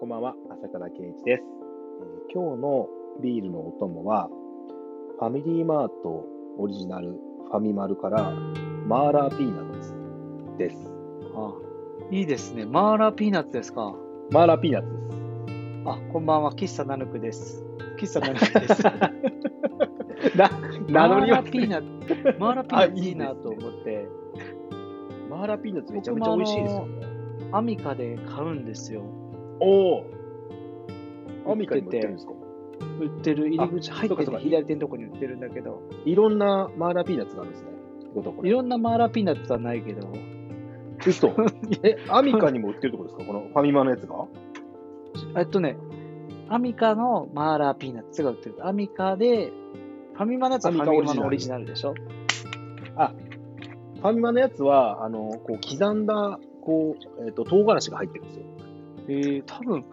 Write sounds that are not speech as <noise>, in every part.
こんばんは、朝倉圭一です、えー今日のビールのお供は、ファミリーマートオリジナルファミマルからマーラーピーナッツです。あいいですね。マーラーピーナッツですか。マーラーピーナッツです。あ、こんばんは。喫茶ナヌクです。喫茶ナヌクです。な、 <laughs> 名乗りマーラはーピーナッツ、マーラーピーナッツあいいいいですねなと思って、マーラーピーナッツめちゃめちゃ美味しいですよ、ね。アミカで買うんですよ。おお。アミカにも売ってるんですか売ってる入り口入っそうかてそうかて左手のとこに売ってるんだけど、いろんなマーラーピーナッツがあるんですね。ってことはこいれ。ろんなマーラーピーナッツはないけど、嘘。え、アミカにも売ってるってことですかこのファミマのやつがえっとね、アミカのマーラーピーナッツが売ってる。アミカで、ファミマのやつはファミマのオリジナルでしょ。ファミマのやつは、あの、こう、刻んだ、こう、えっ、と、唐辛子が入ってるんですよ。えー、多分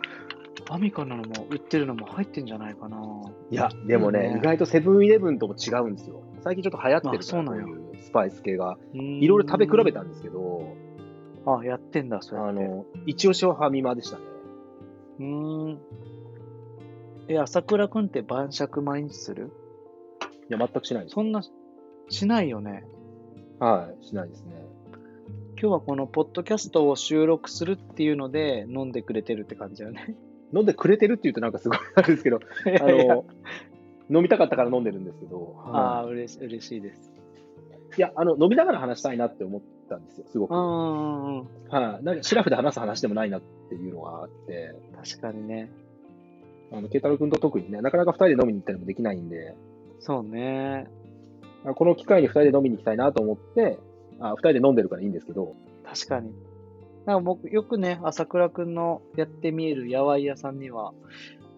アミカなのも売ってるのも入ってんじゃないかな。いや、でもね、うん意外とセブンイレブンとも違うんですよ。最近ちょっと流行ってるあそうなんやこういうスパイス系が。いいろいろ食べ比べたんですけど、あ、やってんだ、それ。あの、一押しはファミマでしたね。うーん。え、朝倉くんって晩酌毎日するいや、全くしないです。そんな、しないよね。はい、しないですね。今日はこのポッドキャストを収録するっていうので飲んでくれてるって感じだよね。飲んでくれてるって言うとなんかすごいあれですけ <laughs> ど、あいやいやの、飲みたかったから飲んでるんですけど、あはあ、うれし嬉しいです。い、いや、あの、飲みながら話したいなって思ったんですよ、すごく。うはい、んうんうん。なんか、シラフで話す話でもないなっていうのがあって、確かにね。あの、ケイタロウ君と特にね、なかなか2人で飲みに行ったりもできないんで、そうね。あこの機会に2人で飲みに行きたいなと思って、あ2人で飲んでるからいいんですけど、確かに。なんか僕、よくね、朝倉くんのやってみえるやわい屋さんには、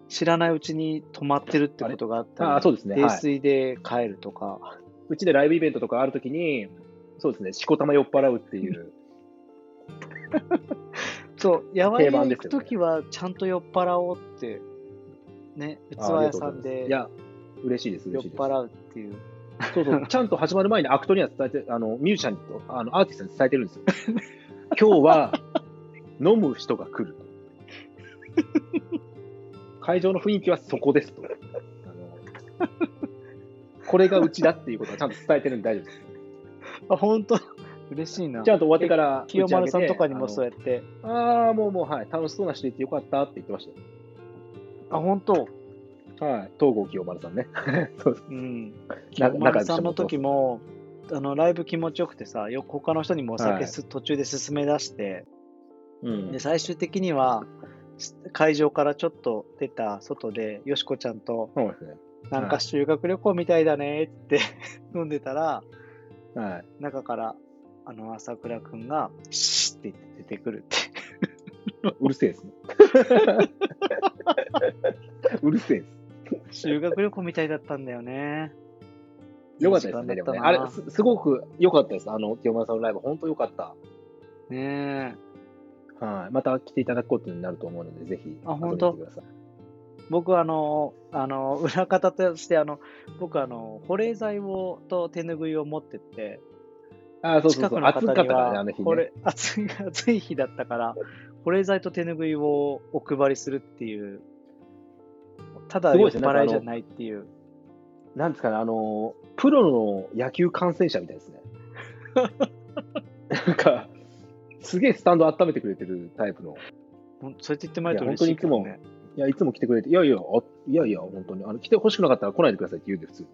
知らないうちに泊まってるってことがあったりああ、そうですね、泥はい。酔で帰るとか、うちでライブイベントとかあるときに、そうですね、しこたま酔っ払うっていう、そう、やばい定番で行すよくねときはちゃんと酔っ払おうって、ね、器あありが屋とうさごんざいますでいや、嬉しいです、酔嬉っしいです。払うっていう。そうそう、ちゃんと始まる前にアクトには伝えて、あのミュージシャンとあのアーティストに伝えてるんですよ。 <laughs> 今日は飲む人が来る。会場の雰囲気はそこですと。あのこれがうちだっていうことはちゃんと伝えてるんで大丈夫です。あ、本当嬉しいなち。ゃんと終わってから清丸さんとかにもそうややって。ああ、もうもう、はい、楽しそうな人いてよかったって言ってましあ、本当たよ。はい、東郷清丸さんね。そうですうん。な <laughs> 清丸さんの時も、あのライブ気持ちよくてさ、よ他の人にもおはい酒す、途中で勧め出して、うんで最終的には、し会場からちょっと出た外で、よしこちゃんと、そうですね。なんか修学旅行みたいだねって <laughs> 飲んでたら、はい。中から、あの、朝倉くんが、シーって言って出てくるって。うるせえですね。 <laughs> うるせえです。 <laughs> 修学旅行みたいだったんだよね。よかったですね、でもね。あれ、すすごく良かったです。あの、清村さんのライブ、本当良かった。れねえ。はい。また来ていただくことになると思うので、ぜひ、あ遊びに来本当てください。僕、あの、あの、裏方として、あの、僕、あの、保冷剤を、と手拭いを持ってって、あ、そうそ近うそくう。の暑か方ったかにらね、あはの日、保ね。冷暑い、暑い日だったから、保冷剤と手拭いをお配りするっていう、ただすご酔いっですねなんかあの払いじゃないっていう。なんですかね、あの、プロの野球観戦者みたい <laughs> ですね。なんか、すげえスタンド温めてくれてるタイプの。ほんそうやって言ってもらえるといや嬉しいけど本当にね。いや、いつも来てくれて、いやいや、あいやいや、本当に。あの、来て欲しくなかったら来ないでくださいって言うんで、普通に。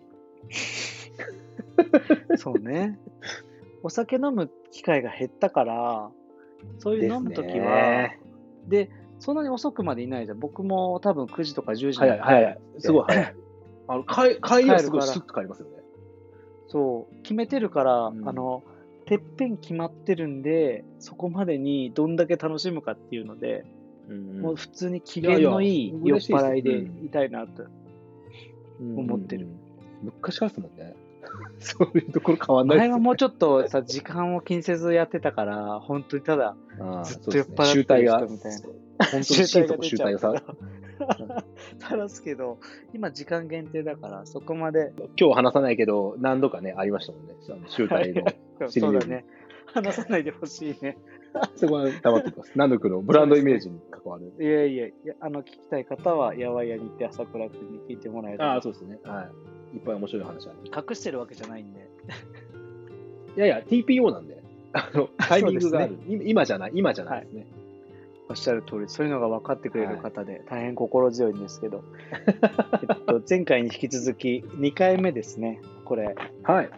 <laughs> そうね。お酒飲む機会が減ったから、そういう飲むときですは、ねでそんなに遅くまでいないじゃん。僕も多分9時とか10時に早い早い早い。すごい <laughs> 早い。あの、帰帰りはすごい帰るからスッと帰りますよね。そう、決めてるから、うんあの、てっぺん決まってるんで、そこまでにどんだけ楽しむかっていうので、うんもう普通に機嫌のいいいやいや酔っ嬉しいです払いでうんいたいなと。思ってるうんうんうん。昔からですもんね。 <laughs> そういうところ変わんない前はもうちょっとさ、時間を気にせずやってたから、本当にただ、ああずっそうでと酔っすね払集っ大てるが、人みたい本当に心底集大がな。さ、垂らすけど、今時間限定だから、そこまで。今日話さないけど、何度かね、ありましたもんね。あの集大の。知り合い <laughs> そうだね。話さないでほしいね。そこは黙っておきます。南野君のブランドイメージに関わる。いやいやいや、あの、聞きたい方は、やわいやに行って朝倉くんに聞いてもらえたあらあ、、そうですね。はい。いっぱい面白い話ある。隠してるわけじゃないんで。いやいや、TPO なんで、 <laughs> あの、タイミングがある。そ今今じゃない、今じゃないですね。おっしゃる通り、そういうのが分かってくれる方で、大変心強いんですけど、えっと、前回に引き続き、2回目ですね、これ。はい。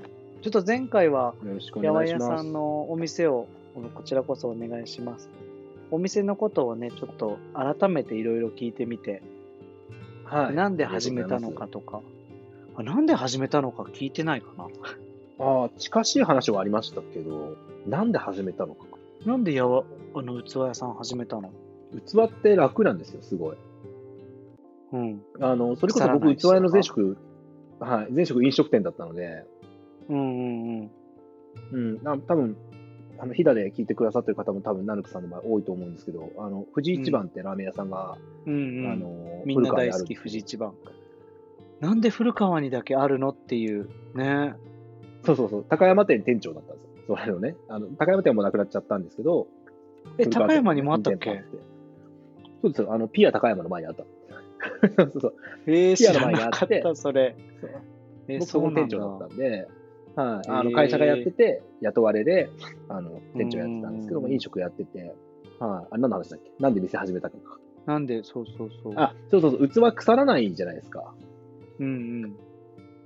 ちょっと前回は、よろしくおやわ願いいしやます。さんのお店を、こちらこそお願いします。お店のことをね、ちょっと改めていろいろ聞いてみて、はい、なんで始めたのかとか、あなんで始めたのか聞いてないかな。 <laughs> ああ、近しい話はありましたけど、なんで始めたのか。なんでやわあの器屋さん始めたの器って楽なんですよ、すごい。うん。あの、それこそ腐らな僕、い器しとかの前職、はい、前職飲食店だったので、うんうんうん。うん、な多分あの飛騨で聞いてくださってる方も多分、ナルクさんの場合多いと思うんですけど、あの、藤井一番ってラーメン屋さんが、うんうん、あの、みんな古川大にある好き、富士一番。なんで古川にだけあるのっていう。ね。そうそうそう、高山店店長だったんですよ。それのね、あの高山店はもうなくなっちゃったんですけど、え、古川高店山にもあったっ新け店舗があてそうですよ、あの、ピア高山の前にあった。 <laughs> そうそうそうえー、ピ知アノらなか前があっ、ったそれ。えー、僕そそうこな店んだ長。だったんで、はい、へーあの会社がやってて、雇われであの店長やってたんですけどうも、ん飲食やってて、はい、あ何の話だっけなんで店始めたのか。なんで、そうそうそう。あ、そうそうそう、器腐らないじゃないですか。うんうん。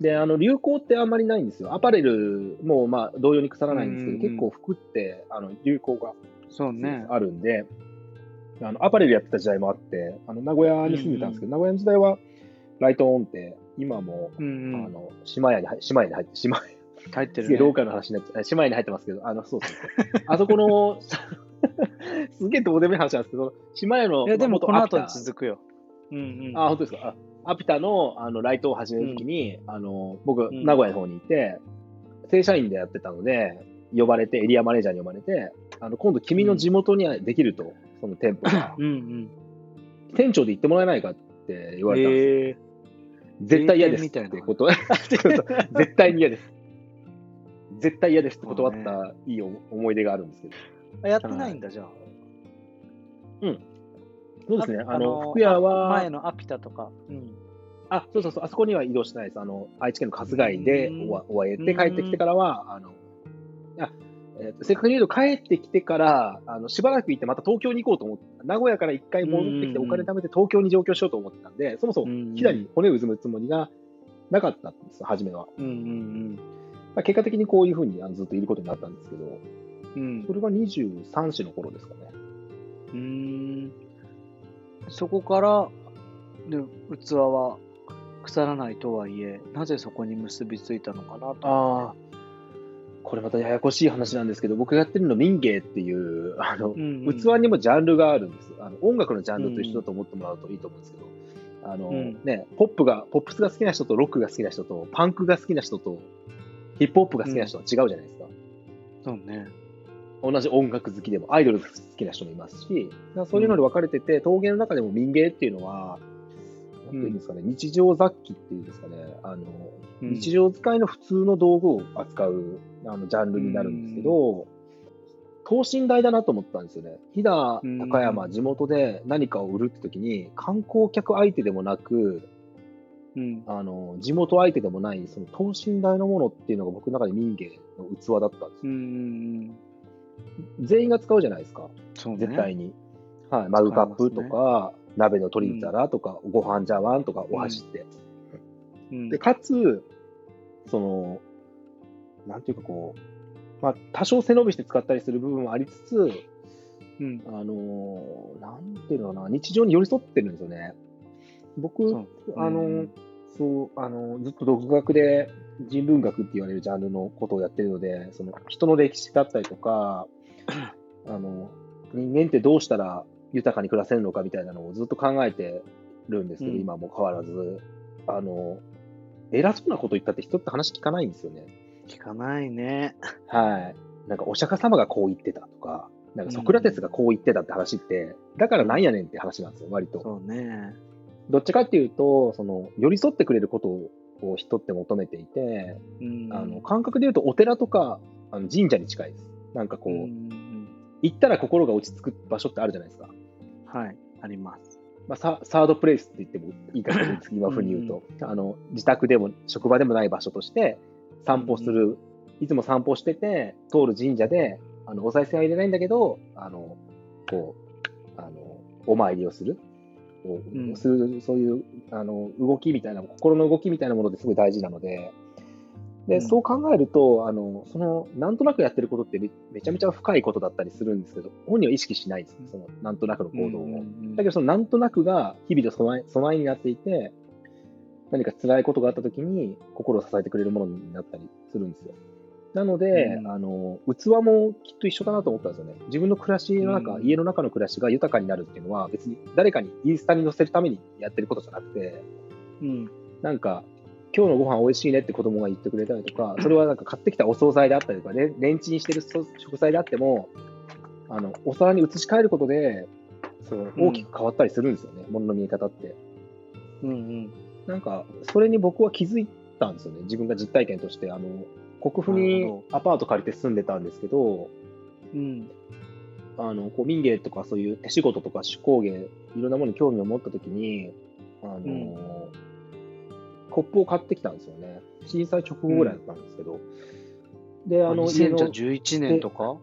で、あの流行ってあんまりないんですよ。アパレルもまあ同様に腐らないんですけど、うん結構服ってあの流行がそうね。あるんで、あのアパレルやってた時代もあって、あの名古屋に住んでたんですけど、名古屋の時代はライトオンって、今も、うんうあん。の島屋に入島屋に入って、島屋入ってすげえるローね。カルの話になっちゃう。姉妹に入ってますけど、あの、そうそうそう。あそこの、 <laughs> すげえどうでもいい話なんですけど、島屋の、いや、でもこの後にあ続くよ。うんうん。あ、本当ですか。あアピタのあのライトを始めるときに、あの僕、ん名古屋の方にいて、正社員でやってたので、呼ばれて、エリアマネージャーに呼ばれて、あの今度、君の地元にできると、その店舗 <laughs> が、うんうん。店長で行ってもらえないかって言われたんですよ。えー絶対嫌です名って店みたいなこと。 <laughs> 絶対に嫌です。絶対嫌ですって断ったいい思い出があるんですけど。あ、やってない <laughs> んだ、じゃあ。そうですね、ああのの福屋前はのアピタとか。うん。あ、そうそうそう、あそこには移動してないです、あの愛知県の春日井でうんおわ終えて、帰ってきてからは、あのあえーと正確に言うと、帰ってきてからあの、しばらく行って、また東京に行こうと思って、名古屋から一回戻ってきて、うおん金貯めて東京に上京しようと思ってたんで、そもそうんも飛騨に骨をうずむつもりがなかったんですよ、初めは。うんうんまあ結果的にこういうふうにあのずっといることになったんですけど、うん。うんそ。れが23歳の頃ですかね。うーんそこからで器は腐らないとはいえなぜそこに結びついたのかなとああ、これまたややこしい話なんですけど、僕がやってるの民芸っていう、あの、うんうん器にもジャンルがあるんです。あの音楽のジャンルと一緒だと思ってもらうといいと思うんですけど、あの、うんね、ポップが、ポップスが好きな人とロックが好きな人と、パンクが好きな人と、ヒップホップが好きな人は違うじゃないですか。そうね同じ音楽好きでも、アイドルが好きな人もいますし、だからそういうので分かれてて、陶芸の中でも民芸っていうのは、なんていうんですかね、日常雑記っていうんですかね、あの、日常使いの普通の道具を扱うあのジャンルになるんですけど、等身大だなと思ったんですよね。飛騨うん高山地元で何かを売るって時に観光客相手でもなくうんあの地元相手でもないその等身大のものっていうのが僕の中で民芸の器だったんですうんよ。うんうん全員が使うじゃないですかそうね絶対に。はい、マグカップとか、鍋の取り皿とか、ご飯茶碗とかお箸って。うんで、かつ、その、なんていうかこう、まあ、多少背伸びして使ったりする部分はありつつ、うんあのーなんていうのかな、日常に寄り添ってるんですよね。僕、そうあのうーんそう、あのーずっと独学で人文学って言われるジャンルのことをやってるので、その人の歴史だったりと <clears throat> か、あの人間ってどうしたら豊かに暮らせるのかみたいなのをずっと考えてるんですけど、うん今も変わらず、あの偉そうなこと言ったって人って話聞かないんですよね。聞かないねはい。なんかお釈迦様がこう言ってたとか、なんかソクラテスがこう言ってたって話って、だからなんやねんって話なんですよ、割と。そうねどっちかっていうと、その寄り添ってくれることを人って求めていて、うんあの感覚で言うとお寺とかあの神社に近いです。なんかこう、うんうん行ったら心が落ち着く場所ってあるじゃないですか。はい、あります。まあ、ササードプレイスって言ってもいいかもしれないですけど、今風に言うと、あの、自宅でも職場でもない場所として、散歩する、いつも散歩してて、通る神社で、あのお賽銭は入れないんだけど、あの、こう、あの、お参りをする、こううんするそういうあの動きみたいな、心の動きみたいなものですごい大事なので、でうんそう考えるとあのその、なんとなくやってることってめめちゃめちゃ深いことだったりするんですけど、本人は意識しないですね、そのなんとなくの行動を。うんうんだけど、そのなんとなくが日々の備え備えになっていて、何か辛いことがあったときに、心を支えてくれるものになったりするんですよ。なので、うんあの器もきっと一緒かなと思ったんですよね。自分の暮らしの中、うん家の中の暮らしが豊かになるっていうのは、別に誰かにインスタに載せるためにやってることじゃなくて、うん、なんか、今日のご飯美味しいねって子供が言ってくれたりと <laughs> か、それはなんか買ってきたお惣菜であったりとか、レンレンチンしてるそ食材であっても、あのお皿に移し替えることで、そううん大きく変わったりするんですよね、物の見え方って。うん、うん。なんか、それに僕は気づいたんですよね、自分が実体験として。あの国府なるにほアパート借りて住んでたんですけど、うん、あのこう民芸とかそういう手仕事とか手工芸いろんなものに興味を持った時にあの、うんコップを買ってきたんですよね震災直後ぐらいだったんですけど、であの家の2011年とか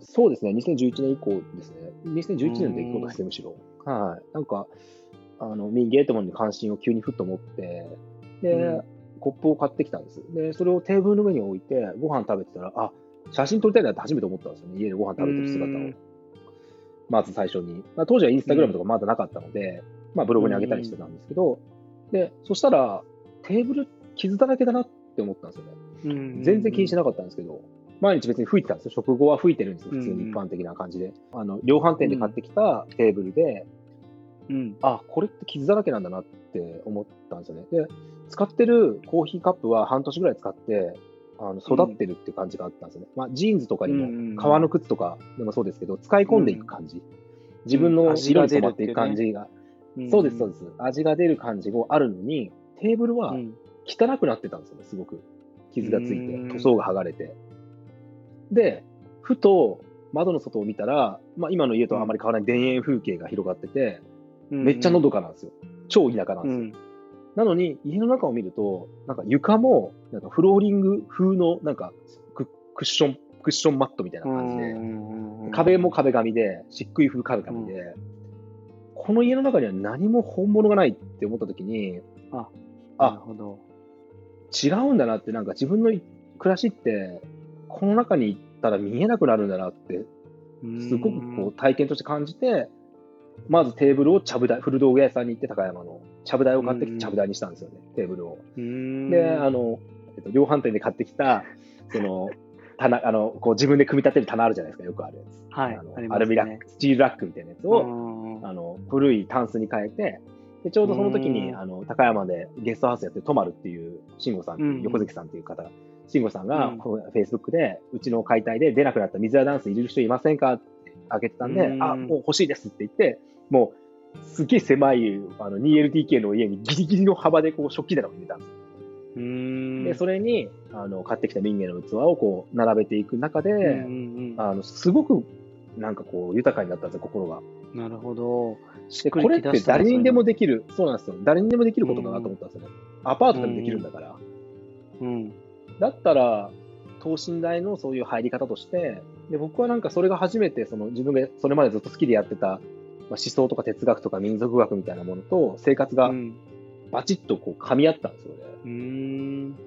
そうですね2011年以降ですね2011年の出来事ですねむしろはいなんかあの民芸ってものに関心を急にふっと持ってで、うんコップを買ってきたんですでそれをテーブルの上に置いてご飯食べてたらあ写真撮りたいなって初めて思ったんですよね家でご飯食べてる姿うをんまず最初に、まあ、当時はインスタグラムとかまだなかったので、まあ、ブログに上げたりしてたんですけど、でそしたらテーブル傷だらけだなって思ったんですよね全然気にしななかったんですけど、毎日別に吹いてたんですよ。食後は吹いてるんですよ。普通うんうにん一般的な感じで。あの、量販店で買ってきたテーブルで、い。うん、あ、これって傷だらけなんだなって思ったんですよね。で、使ってるコーヒーカップは半年ぐらい使って、あの育ってるって感じがあったんですよね。まあ、ジーンズとかにうんうんうんも、革の靴とかでもそうですけど、使い込んでいく感じ。自分の色に染まっていく感じが、そうです、そうでです。味が出る感じがあるのに、テーブルは、うん、汚くなってたんですよね、すごく。傷がついうんて、塗装が剥がれて。で、ふと窓の外を見たら、まあ、今の家とはあまり変わらない田園風景が広がってて、めっちゃのどかなんですよ。超田舎なんうですよ。ん、なのに、家の中を見ると、なんか床も、なんかフローリング風の、なんかククッション、クッションマットみたいな感じで、じ壁も壁紙で、漆喰風壁紙で、この家の中には何も本物がないって思った時に、あ、なるあ、ほど。違うんだなって、なんか自分の暮らしって、この中に行ったら見えなくなるんだなって、すごくこう体験として感じて、まずテーブルをちゃぶ台、古道具屋さんに行って、高山の、ちゃぶ台を買ってきうんて、ちゃぶ台にしたんですよね、テーブルを。うーん、で、あの、えっと、量販店で買ってきた、その、棚、あの、こう自分で組み立てる棚あるじゃないですか、よくあるやつ。はい、あのありますねアルミラック、スチールラックみたいなやつを、うんあの古いタンスに変えて、でちょうどその時にうんあの高山でゲストハウスやってるトマルっていう慎吾さんっていう、うん横関さんっていう方が、慎吾さんがうんフェイスブックで、うちの解体で出なくなった水屋ダンス入れる人いませんかってあげてたんで、うんあもう欲しいですって言って、もうすげえ狭いあの 2LDK の家にギリギリの幅でこう食器棚を入れたんです。うーんでそれにあの買ってきた民芸の器をこう並べていく中で、うんうんあのすごくなんかこう豊かになったんですよ、心が。うん、なるほど。しでっくこれりっきだてしたね誰にでもできる、そうなんですよ、誰にでもできることだなと思ったんですよね。アパートでもできるんだから。そういうのだったら、等身大のそういう入り方として、で僕はなんかそれが初めてその自分がそれまでずっと好きでやってた、まあ、思想とか哲学とか民族学みたいなものと生活うがん。バチッとこう噛み合ったんですよね。うん。うーん。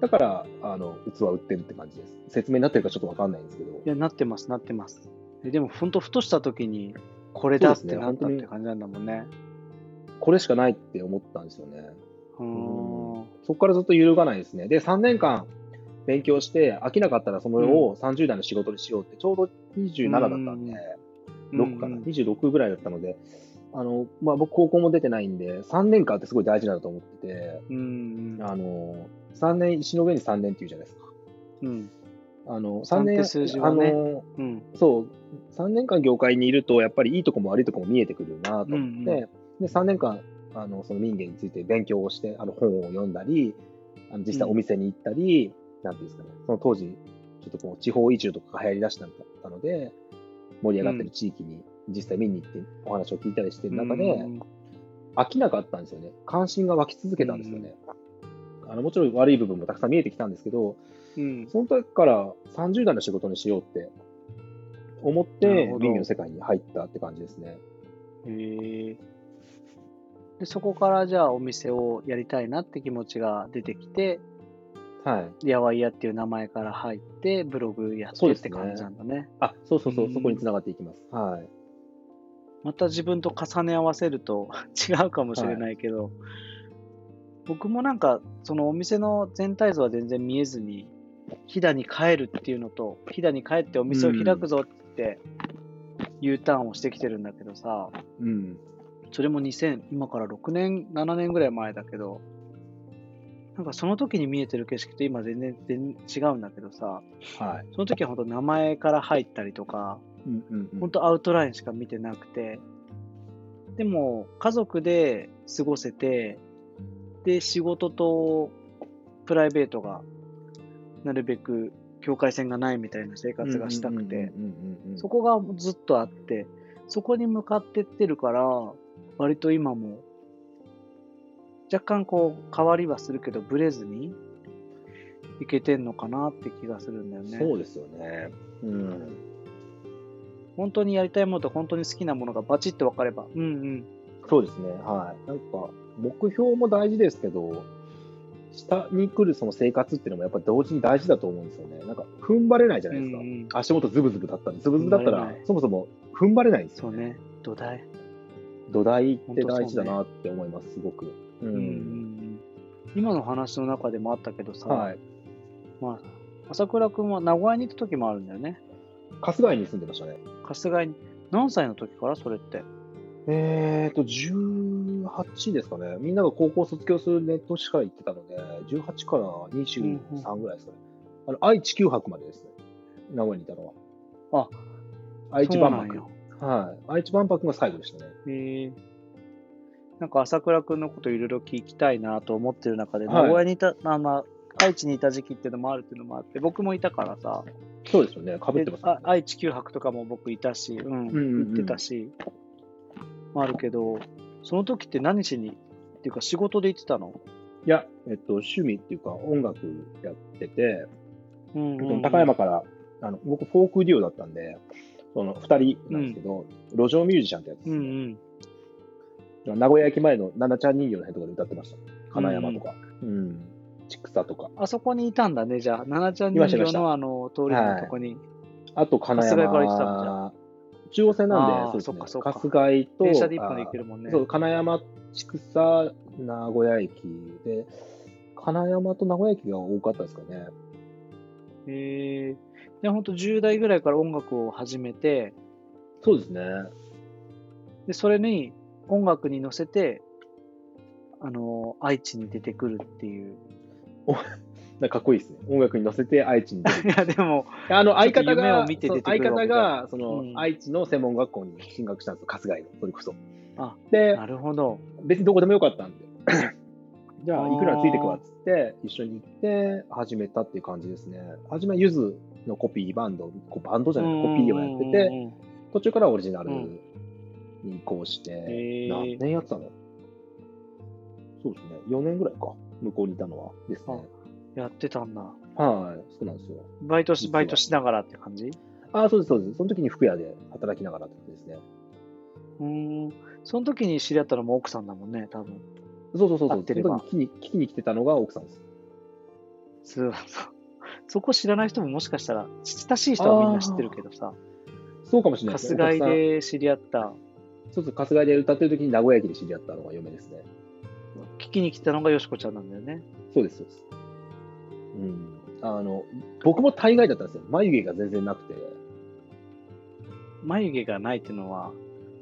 だから、あの器売ってるって感じです。説明になってるかちょっとわかんないんですけど。いや、なってます、なってます。えでも、本当ふとした時に、これだっそうでてすねなったっ本当てに感じなんだもんね。これしかないって思ったんですよね。うーん。そこからずっと揺るがないですね。で、3年間勉強して、飽きなかったらそれを30代の仕事にしようって、ちょうど27だったんで、6かな、うん26ぐらいだったので、あのまあ、僕、高校も出てないんで、3年間ってすごい大事だと思ってて、うん。あの3年、石の上に3年っていうじゃないですか。うん。あの3年三って数字はねあのうん。そう、3年間業界にいると、やっぱりいいとこも悪いとこも見えてくるなと思って、うんうで3年間、あのその民芸について勉強をして、あの本を読んだり、あの実際お店に行ったり、なんていうんですかね、その当時、ちょっとこう、地方移住とかが流行り出したんだったので、盛り上がってる地域に実際見に行ってお話を聞いたりしてる中で、うん飽きなかったんですよね。関心が湧き続けたんですよね。あのもちろん悪い部分もたくさん見えてきたんですけど、うんその時から30代の仕事にしようって思って、なるほど林業の世界に入ったって感じですね。へえでそこからじゃあお店をやりたいなって気持ちが出てきてはい。やわいやっていう名前から入ってブログやっそうでてっすてね感じなんだねあ、そうそうそう、うんそこに繋がっていきます。はい。また自分と重ね合わせると <laughs> 違うかもしれないけど、僕もなんかそのお店の全体像は全然見えずに飛騨に帰るっていうのと飛騨に帰ってお店を開くぞって言って U ターンをしてきてるんだけどさうん。それも2000今から6年7年ぐらい前だけどなんかその時に見えてる景色と今全然全然違うんだけどさはい。その時は本当名前から入ったりとかうんうんうん本当アウトラインしか見てなくて、でも家族で過ごせて、で、仕事とプライベートがなるべく境界線がないみたいな生活がしたくて、うんうんうんうんうんそこがずっとあって、そこに向かってってるから、割と今も若干こう変わりはするけど、ブレずにいけてんのかなって気がするんだよね。そうですよね。うん。本当にやりたいものと本当に好きなものがバチッと分かれば、うんうん、そうですね。はい。なんか、目標も大事ですけど、下に来るその生活っていうのもやっぱ同時に大事だと思うんですよね。なんか、踏ん張れないじゃないですか。うんうん足元ズブズブだったら、ズブズブだった踏ん張られな、いそもそも踏ん張れないんですそようね。ね、土台。土台って大事だなって思います、すごく。ううんうんん。今の話の中でもあったけどさ、はい。まあ、朝倉君は名古屋に行った時もあるんだよね。春日井に住んでましたね。春日井に。何歳の時からそれって。えーと、18ですかね。みんなが高校卒業するネットしか行ってたので、18から23ぐらいですかね。あの、愛知9泊までですね。名古屋にいたのは。あ、愛知そう万なん博よ。はい。愛知万博が最後でしたね。へえなんか朝倉君のこといろいろ聞きたいなと思ってる中で、はい名古屋にいた、まあまあ、愛知にいた時期っていうのもあるっていうのもあって、僕もいたからさ、そうですよね。かぶってます、であ愛知九博とかも僕いたし、うん、うんうん行ってたし、もあるけど、その時って何しに、っていうか仕事で行ってたのいや、えっと、趣味っていうか音楽やってて、うんうんえっと高山から、あの僕、フォークデュオだったんで、その2人なんですけど、路上ミュージシャンってやつですうね、んうん。名古屋駅前の奈々ちゃん人形の辺とかで歌ってました。金山とか、うん、千草とか、あそこにいたんだね、じゃあ、奈々ちゃんいました人いまし形たのあの通りのとこに。あと金春日井から行ってたんじ山、中央線なあーんで、そうですそっね、かそっか春日井と、電車で一本で行けるもんあね。ーそう金山、千草、名古屋駅で、金山と名古屋駅が多かったですかね。へえで、ほんと10代ぐらいから音楽を始めて、そうですね。で、それに音楽に乗せて、あの、愛知に出てくるっていう。 <laughs> なんかかっこいいですね。音楽に乗せて愛知に出てくる <laughs> いや、でも、あの、相方夢をが、見てそう出てく相るわ方けだが、その、うん愛知の専門学校に進学したんですよ、春日井の、それこそ。あで、なるほど。別にどこでもよかったん <coughs> で。じゃああ、ーいくらついてくわっつって、一緒に行って、始めたっていう感じですね。初めはゆずのコピーバンド、こうバンドじゃない、コピーをやってうて、んうんうん途中からオリジナルうんに移行して、へー何年やってたのそうですね、4年ぐらいか、向こうにいたのはですね。やってたんだ。はい、そうなんですよ。バイトし、実はバイトしながらって感じああ、そうです、そうです。その時に服屋で働きながらってことですね。うーん。その時に知り合ったのも奥さんだもんね、多分。そうそうそうそ合っう。てそれのば時に聞きに聞きに来てたのが奥さんです。そうそう。 <laughs> そこ知らない人ももしかしたら、親しい人はみんな知ってるけどさ、そうかもしれないです春ね。日お客井さんで知り合った、そうそう、春日井で歌ってる時に名古屋駅で知り合ったのが嫁ですね。聞きに来たのがよしこちゃんなんだよね。そうです、そうです。うん。あの、僕も大概だったんですよ。眉毛が全然なくて。眉毛がないっていうのは、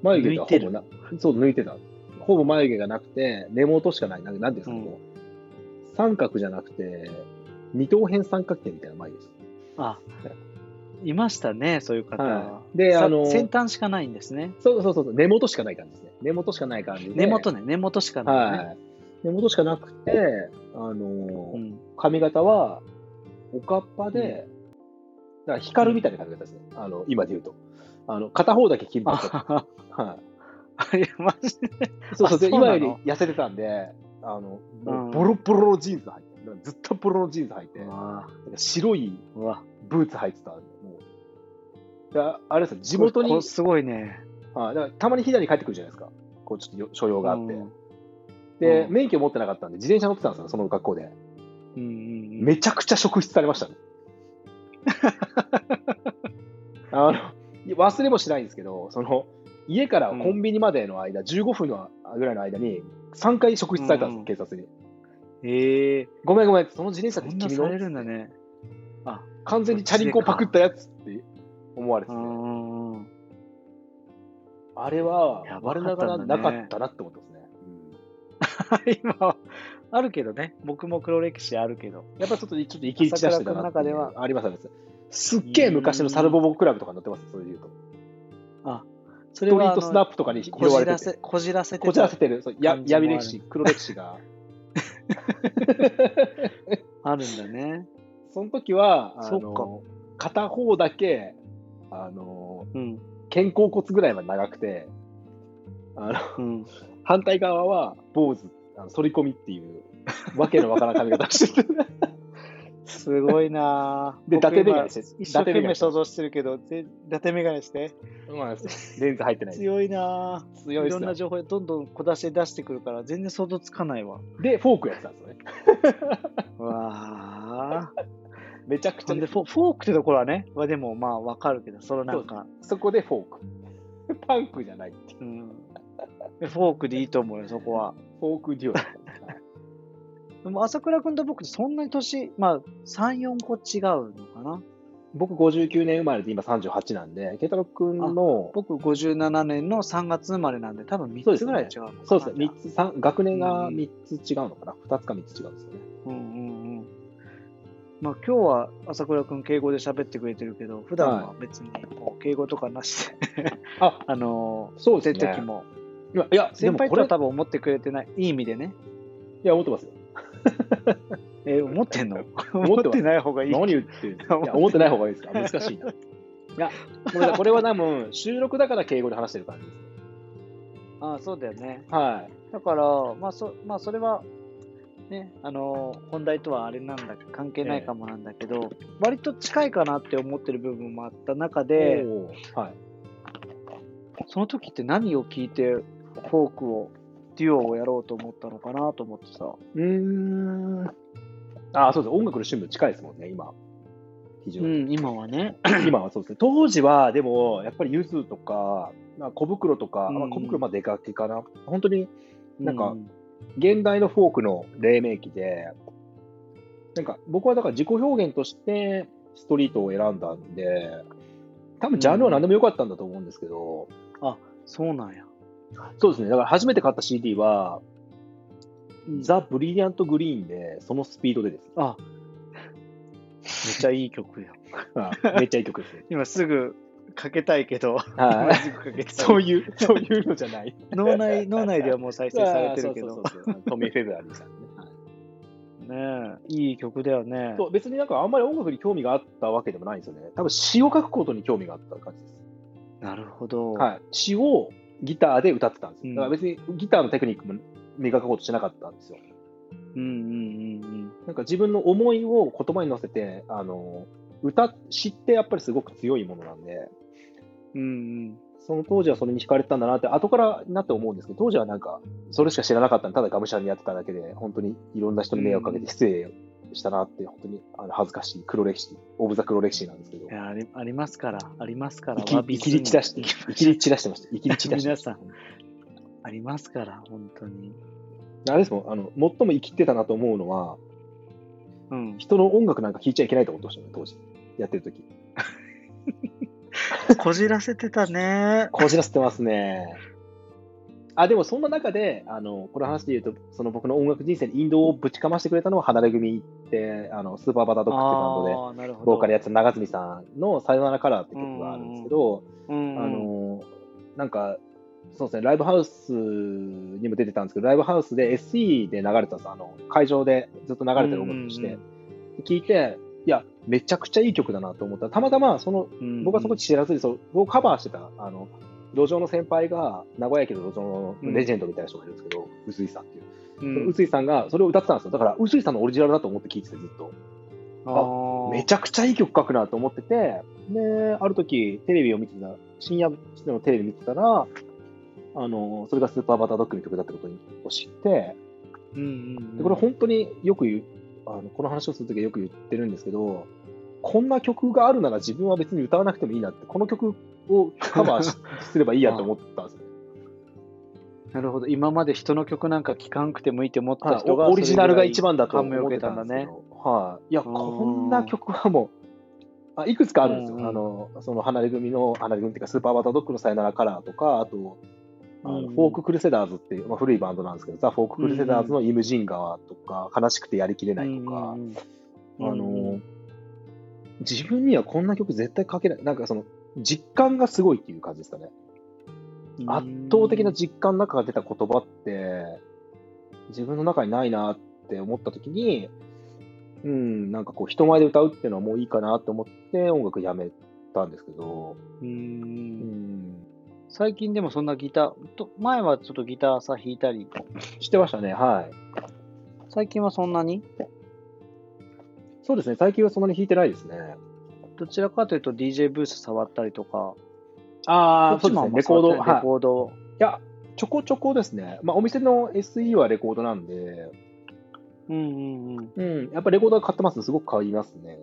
眉毛がほぼな、そう、抜いてた。ほぼ眉毛がなくて、根元しかない。なんなんていうんですか、うこう三角じゃなくて、二等辺三角形みたいな眉毛です。あ、いましたね、そういう方はは。いでさあの先端しかないんですね。そうそうそうそう、根元しかない感じですね。根元しかない感じで。根元ね、根元しかない、ね。はい。根元しかなくて、あのーうん髪型は、おかっぱで、だから光るみたいな感じですね。あの、今で言うと。あの、片方だけ金髪だっあた。はい。あ、いや、マジで。そうそうでそうな今のより痩せてたんで、あの、もううんボロボロのジーンズ履いて、ずっとボロのジーンズ履いて、うわ白いうわ。ブーツ履いてたんで、もう。であれですよ、地元に、こはれすごいね。いだからたまに飛騨に帰ってくるじゃないですか。こう、ちょっとよ所用があって。うんで、うん免許持ってなかったんで、自転車乗ってたんですよ、その学校で。うんうんうん。めちゃくちゃ職質されました <laughs> ね。あの忘れもしないんですけど、その家からコンビニまでの間、15分のぐらいの間に、3回職質されたんです、うん警察に。ええごめんごめん、その自転車そってんな君されるのんだね。完全にチャリンコパクったやつって思われてうて、んうん <laughs> うん。あれはやば我かながったんらだねなかったなって思ってますね。うん今はあるけどね。僕も黒歴史あるけど。やっぱちょっとちょっと生きり散らしてたなっていう朝倉君の中でありますあります。すっげえ昔のサルボボクラブとかに載ってます、それで言うと。そスれトリはーあトスナのップとかに拾こわじれてらてせ、こじらせてたこじらせてる、そうや感じもあ闇る歴史、黒歴史 <laughs> が。あるんだね。その時は、あそっかの片方だけあのうん。肩甲骨ぐらいまで長くて、あのうん。反対側は坊主、あの反り込みっていう、わけのわからん髪型して <laughs> る。すごいな <laughs> ぁで、伊達僕眼今鏡して、一生懸伊命達眼想像してるけど、ぜ伊達メガネして。鏡してレンズ入ってない。強いなぁ強いいっろすんよな。情報どんどん小出しで出してくるから、全然想像つかないわ。で、フォークやってたんですよね。うわぁ。 <laughs> めちゃくちほゃんでフォ、フォークってところはね、はでもまあわかるけど、そのなんか、そこでフォーク。 <laughs> パンクじゃないっていう。うん。フォークでいいと思うよ、そこは。フォーク <laughs> デュオだったんです。でも、朝倉君と僕、そんなに年、まあ、3、4個違うのかな。僕59年生まれで今38なんで、慶太郎君の、僕、57年の3月生まれなんで、多分そう3ですつねぐらい違うのかなそうですね、じゃあ三つ三学年がうん3つ違うのかな、2つか3つ違うんですよね。うんうんうん。まあ今日は朝倉くん敬語で喋ってくれてるけど、普段は別にこう敬語とかなし <laughs> で、ああのー、そう出でるすね時。も、いや、いやで先も輩ことれ、はい多分思ってくれてない、いい意味でね。や、思ってますよ。えー思ってんの思 <laughs> 思ってますってない方がいい。何言ってるんですかいや、い <laughs> や思ってない方がいいですか。難しいな。いや、ごめんなさいこれは多分、収録だから敬語で話してる感じですね。ああ、そうだよね。はい。だから、まあそ、まあ、それは、ね、あのー本題とはあれなんだ関係ないかもなんだけど、割と近いかなって思ってる部分もあった中で、おーはい、その時って何を聞いてフォークをデュオをやろうと思ったのかなと思ってさうーん。あ、そうです。音楽の趣味も近いですもんね、今。非常うに。ん今はね今はそうですね。当時は、でも、やっぱりゆずとか、まあ、小袋とか、まあ、小袋まあ出かけかな。本当に、なんかう現代のフォークの黎明期で、なんか僕はだから自己表現としてストリートを選んだんで、多分ジャンルは何でもよかったんだと思うんですけど、そうなんや、そうですね、だから初めて買った CD は、ザザ・ブリリアント・グリーンで、そのスピードでですねあめっち <laughs> ゃいい曲や。はいめっちゃいい曲ですね今すぐかけたいけどはいすぐかけ <laughs> そそう <laughs> ういう、そういうのじゃない。脳内脳内ではもう再生されてるけそどうそうそうそうトミー・フェブラリーさんね。はいねえいい曲だよねそう別になんかあんまり音楽に興味があったわけでもないんですよね。多分詩を書くことに興味があった感じです。なるほど、はい、詩をギターで歌ってたんですうよ。んだから別にギターのテクニックも磨くことしなかったんですよ。うんうんうんなんか自分の思いを言葉に乗せて、あの歌、詩ってやっぱりすごく強いものなんで、うんうんうんその当時はそれに惹かれてたんだなって、後からになって思うんですけど、当時はなんか、それしか知らなかったんで、ただがむしゃらにやってただけで、本当にいろんな人に迷惑かけて失礼したなって、本当にあの恥ずかしい黒歴史、オブザ黒歴史なんですけどい、やありありますからありますから生きわび生きり散らして、生きり散らしてました。 <laughs> 生きり散らしてました。皆ありますから本当にあれですもん、あの、最も生きてたなと思うのは、うん人の音楽なんか聴いちゃいけないと思ってましたね、当時。やってる時。こじらせてたねこじらせてますね。あ、でもそんな中で、あの、この話で言うと、その僕の音楽人生にインドをぶちかましてくれたのは、離れ組って、あの、スーパーバタードッグってバンドで、あーなるほどボーカルやってた長住さんのさよならカラーって曲があるんですけど、うんうんあの、なんか、そうですね、ライブハウスにも出てたんですけど、ライブハウスで SE で流れてたんですあの、会場でずっと流れてる音楽として。うんうん聞いて、いや、めちゃくちゃいい曲だなと思ったらたまたまそのうん僕はそこ知らずにそう僕をカバーしてたあの路上の先輩が名古屋駅の路上のレジェンドみたいな人がいるんですけど、臼井さんっていう、うんその臼井さんがそれを歌ってたんですよだから臼井さんのオリジナルだと思って聴いててずっとあーめちゃくちゃいい曲書くなと思ってて、で、ある時、テレビを見てた、深夜のテレビ見てたら、あの、それがスーパーバタードッグの曲だってことを知って、うんうんうでんこれ本当によく言う、あのこの話をするときはよく言ってるんですけど、こんな曲があるなら自分は別に歌わなくてもいいなって、この曲をカバー <laughs> しすればいいやと思ったんですよ。なるほど今まで人の曲なんか聴かんくてもいいって思ってはたい人がオリジナルが一番番だと思ってたんですけど、はい、いや、んこんな曲はもう、あいくつかあるんですよ、うんうんあのその離れ組の、離れ組っていうか、スーパーバタードッグのさよならカラーとか、あと、あのうんうんフォーククルセダーズっていう、まあ、古いバンドなんですけど、ザ・フォーククルセダーズのイムジン川とか、悲しくてやりきれないとか、あの自分にはこんな曲絶対書けない、なんかその、実感がすごいっていう感じですかね。圧倒的な実感の中が出た言葉って、自分の中にないなって思った時に、うん、なんかこう人前で歌うっていうのはもういいかなと思って音楽やめたんですけど、ううんん、最近でもそんなギターと前はちょっとギターさ弾いたりしてましたね、はい。最近はそんなにそうですね、最近はそんなに弾いてないですね。どちらかというと DJ ブース触ったりとかあそうですね、レコード、レはい。コードいや、ちょこちょこですね。まあお店の SE はレコードなんで、うんうんうんうん、やっぱレコードは買ってます、すごく買いますね。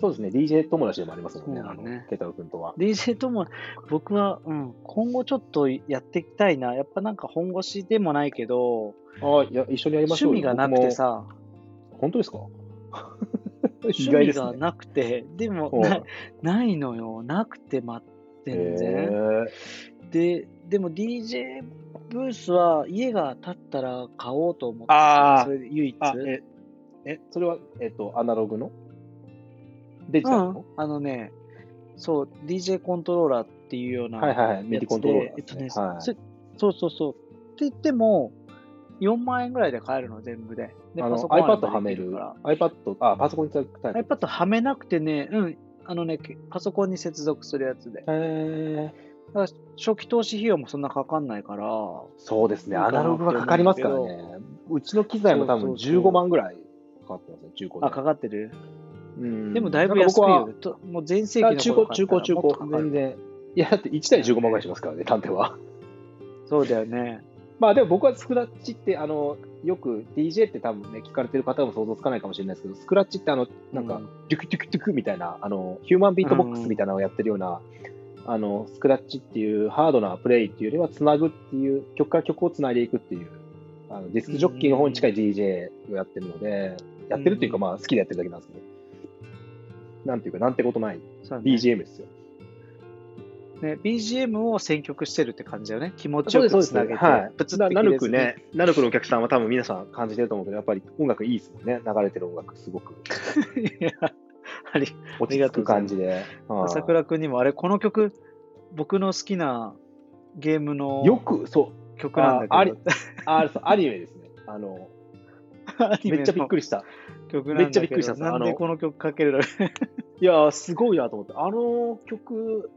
そうですね、DJ 友達でもありますもんね、そうだあのね、ケタウ君とは。 DJ とも僕は、うん、今後ちょっとやっていきたいなやっぱなんか本腰でもないけどあいや、一緒にやりましょ趣うよ味がなくて。さ僕も本当ですか <laughs> 意趣外味ですがね。なくてでもほうなないのよなくてま全へ然ーででも DJ ブースは家が建ったら買おうと思ってあーそれで唯一あ、え、え、それは、えっと、アナログのデジタルうんの、あのね、そう DJ コントローラーっていうようなはいはいはい、メデやつでィコントローラーえっですとね。ね、はい、そそうそうそう。って言っても、4万円ぐらいで買えるの、全部で。であパのソコンあれ iPad ばはめできるか、 iPad、あ、パソコンにつなら。げ iPad はめなくてね、うん、あのね、けパソコンに接続するやつで。たへーだから初期投資費用もそんなかかんないから、そうですね、いいアかなナってログはかかりますからね。うちの機材も多分そうそうそう15万ぐらいかかってますね、中古で。あ、かかってるうんでもだいぶ安いなんかよ僕は。ともう全盛期あの中頃古、中古、買ったら中もっとかか古、る全然。いや、だって1台15万ぐらいしますからね、探偵は。そうだよね。まあでも僕はスクラッチってあのよく DJ って多分ね聞かれてる方も想像つかないかもしれないですけどスクラッチってあのなんうかデュクデュクデュクみたいなあのヒューマンビートボックスみたいなのをやってるような、あのスクラッチっていうハードなプレイっていうよりはつなぐっていう曲から曲をつないでいくっていうあのディスクジョッキーの方に近い DJ をやってるので、やってるっていうかうんまあ好きでやってるだけなんですけど、なんていうかなんてことないそうだね BGM ですよ。ね、BGM を選曲してるって感じだよね。気持ちそうよでくす、そうですつなげて、はプツい。ッなてナ切ルれずクにね、ナルクのお客さんは多分皆さん感じてると思うけど、やっぱり音楽いいですもんね。流れてる音楽、すごくいやあり落ち着く感じで。はい朝倉君にも、あれ、この曲、僕の好きなゲームのよく、そう、曲なんあだあけりど、あれそうアニメですね。あの、アニメめっちゃびっくりした。の曲なんめっだけどちゃびっくりしたんですよなんあでのこの曲かけるのいやー、すごいなと思って。あの曲、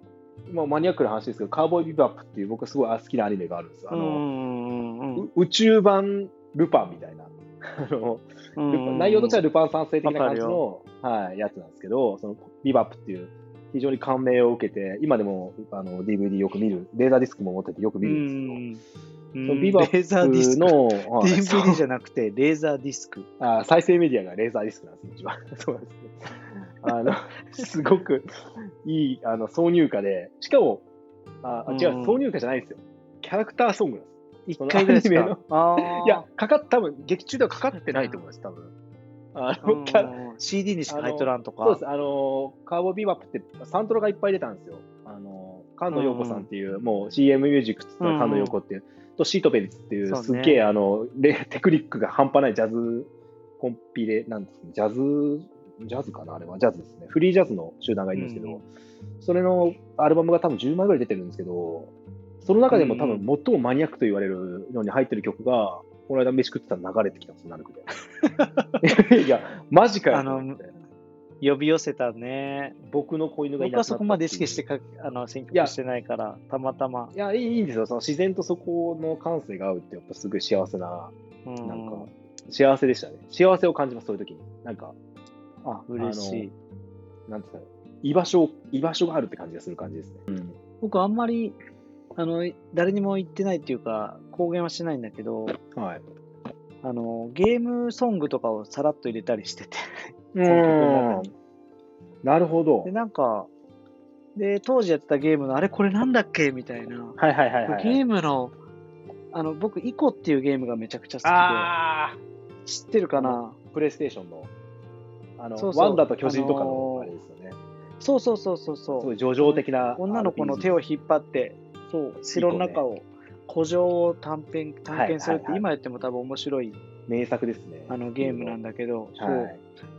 まあ、マニアックな話ですけど、カウボーイビバップっていう僕はすごい好きなアニメがあるんですよ。あうの、んうんうんう宇宙版ルパンみたいな。 <laughs> あの、うんルパうンん内容としてはルパン三世的な感わかるじのよ、はい、やつなんですけど、そのビバップっていう、非常に感銘を受けて、今でもあの DVD よく見る、レーザーディスクも持っててよく見るんですうけんど、そうのんビバレーザーディッスプクのはいそう DVD じゃなくて、レーザーディスク。あ再生メディアがレーザーディスクなんですね、一番。 <laughs> そうなんですね。あの、すごくいいあの挿入歌で、しかも、ああ違う、うん挿入歌じゃないんですよ。キャラクターソングなんです。一回ぐらいしアニメかの。あーいや、、かかっ多分劇中ではかかってないと思います、多分。あうの、んキャラうんうん CD にしか入っとらんとか。そうです、あのーカーボーイビバップってサントラがいっぱい出たんですよ。あのー菅野陽子さんっていう、もう CM ミュージックっつったらうんうん菅野陽子っていう、とシートベリッツっていう、そうねすっげえ、あのレテクニックが半端ないジャズコンピレなんですね、ジャズ、ジャズかな、あれは、ジャズですね。フリージャズの集団がいるんですけど、うんうんそれのアルバムが多分10枚ぐらい出てるんですけど、その中でも多う分ん最もマニアックと言われるのに入ってる曲が、こ <laughs> の間飯食ってたら流れてきたんですよ、ナルクで。いや、マジかよと思って。呼び寄せたね。僕の子犬がいな僕くなはったそってこいうまで意識してかあの選曲してないから、たまたま。いや、いいいいんですよ。その自然とそこの感性が合うって、やっぱすごい幸せな、うなんか、幸せでしたね。幸せを感じます、そういう時に。なんか、あ、嬉しい。なんですかね。居場所を、居場所があるって感じがする感じですね。僕あんまり、あの、誰にも言ってないっていうか、公言はしないんだけど、はい。あの、ゲームソングとかをさらっと入れたりしてて。 <laughs> うーんなるほどで、。なんか、で、当時やってたゲームの、あれこれなんだっけみたいな。はいはいはいはい、ゲームの、あの、僕、イコっていうゲームがめちゃくちゃああ好きで、知ってるかなプレイステーションの、あの、そうそうワンダと巨人とかの、あのーあれですよね。そうそうそうそうそう。すごい叙情的な。女の子の手を。を引っ張って、そう、城の中を、古城を探検探検するって、はいはいはい今やっても多分面白い名作ですね。あのゲームなんだけど、はそうい。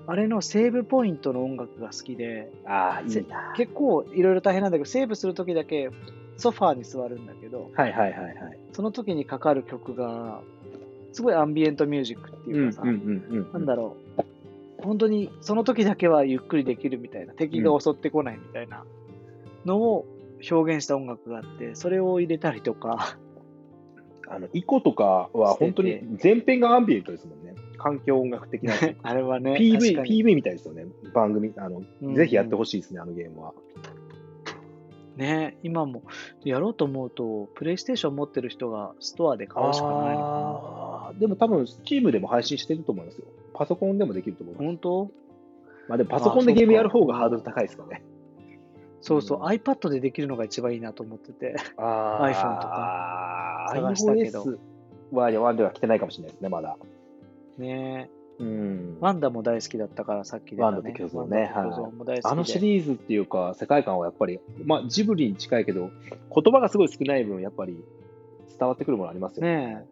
あれのセーブポイントの音楽が好きで、ああ、いいな。結構いろいろ大変なんだけど、セーブするときだけソファーに座るんだけど、はいはいはいはい。その時にかかる曲が、すごいアンビエントミュージックっていうかさ、んなんだろう、本当にその時だけはゆっくりできるみたいな、敵が襲ってこないみたいなのを表現した音楽があって、それを入れたりとか、あの、イコとかは本当に全編がアンビエントですもんね。環境音楽的 <laughs> な。あれはね、 PV、確かに PV みたいですよね。番組。あの、うんぜひやってほしいですね、あのゲームは。ね、今もやろうと思うと、プレイステーション持ってる人がストアで買うしかないのかあーでも多分、スチームでも配信してると思いますよ。パソコンでもできると思いな。ます。本当まあでも、パソコンでゲームやる方がハードル高いですかね。そうそう、うん iPad でできるのが一番いいなと思って <laughs> て、あー iPhone とか探したけど iOS はワンでは来てないかもしれないですね、まだ。ね、うん。ワンダも大好きだったから、さっき出た、ワね、ンダと巨像ねワンダと巨像も大好きであのシリーズっていうか、世界観はやっぱり、まあ、ジブリに近いけど、言葉がすごい少ない分、やっぱり伝わってくるものありますよね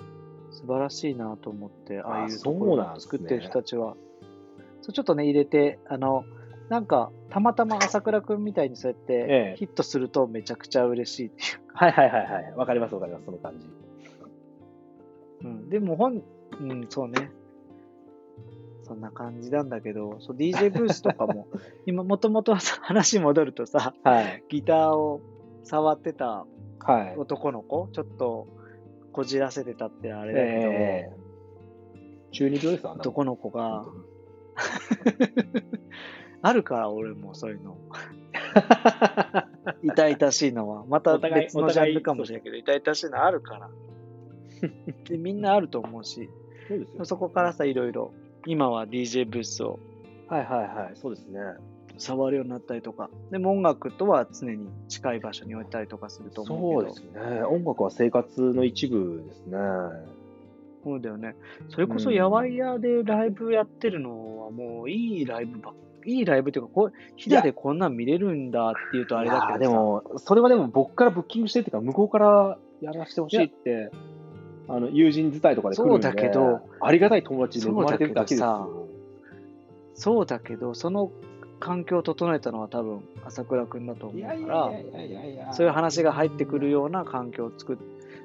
え素晴らしいなと思って、ああいうとこそうなんろでをすね作ってる人たちは。そうちょっとね、入れて、あの、なんか、たまたま朝倉くんみたいにそうやっええてヒットするとめちゃくちゃ嬉しいっていうはか、いはいはいはい。わかりますわかります、その感じ。うん、でも本、うん、そうね。そんな感じなんだけど、そう DJ ブースとか <laughs> も、今、もともとさ話戻るとさ、はい。ギターを触ってたはい。男の子、ちょっとこじらせてたってあれだけど、えー、中二病ですか男の子が、あるから俺もそういうの。 <laughs> 痛々しいのは。またお互い別のジャンルかもしれないけど、痛々しいのある <laughs> から。でみんなあると思うし、そうですよ。そこからさ、いろいろ、今は DJ ブースをはいはいはい。そうですね。触るようになったりとか、でも音楽とは常に近い場所に置いたりとかすると思そううけでど、すね。音楽は生活の一部ですね。そうだよね。それこそ、うんやわいやでライブやってるのは、もういいライブばっいいライブっていうか、こう、ひだでこんなん見れるんだっていうとあれだいけどさやーでも、それはでも僕からブッキングしてっていうか、向こうからやらせてほしいって、あの友人自体とかで来るんでそうだけど、ありがたい友達に恵まれてるだけですよ。そうだけど、その環境を整えたのは多分朝倉くんだと思うから、やいやいやそういう話が入ってくるような環境を作って、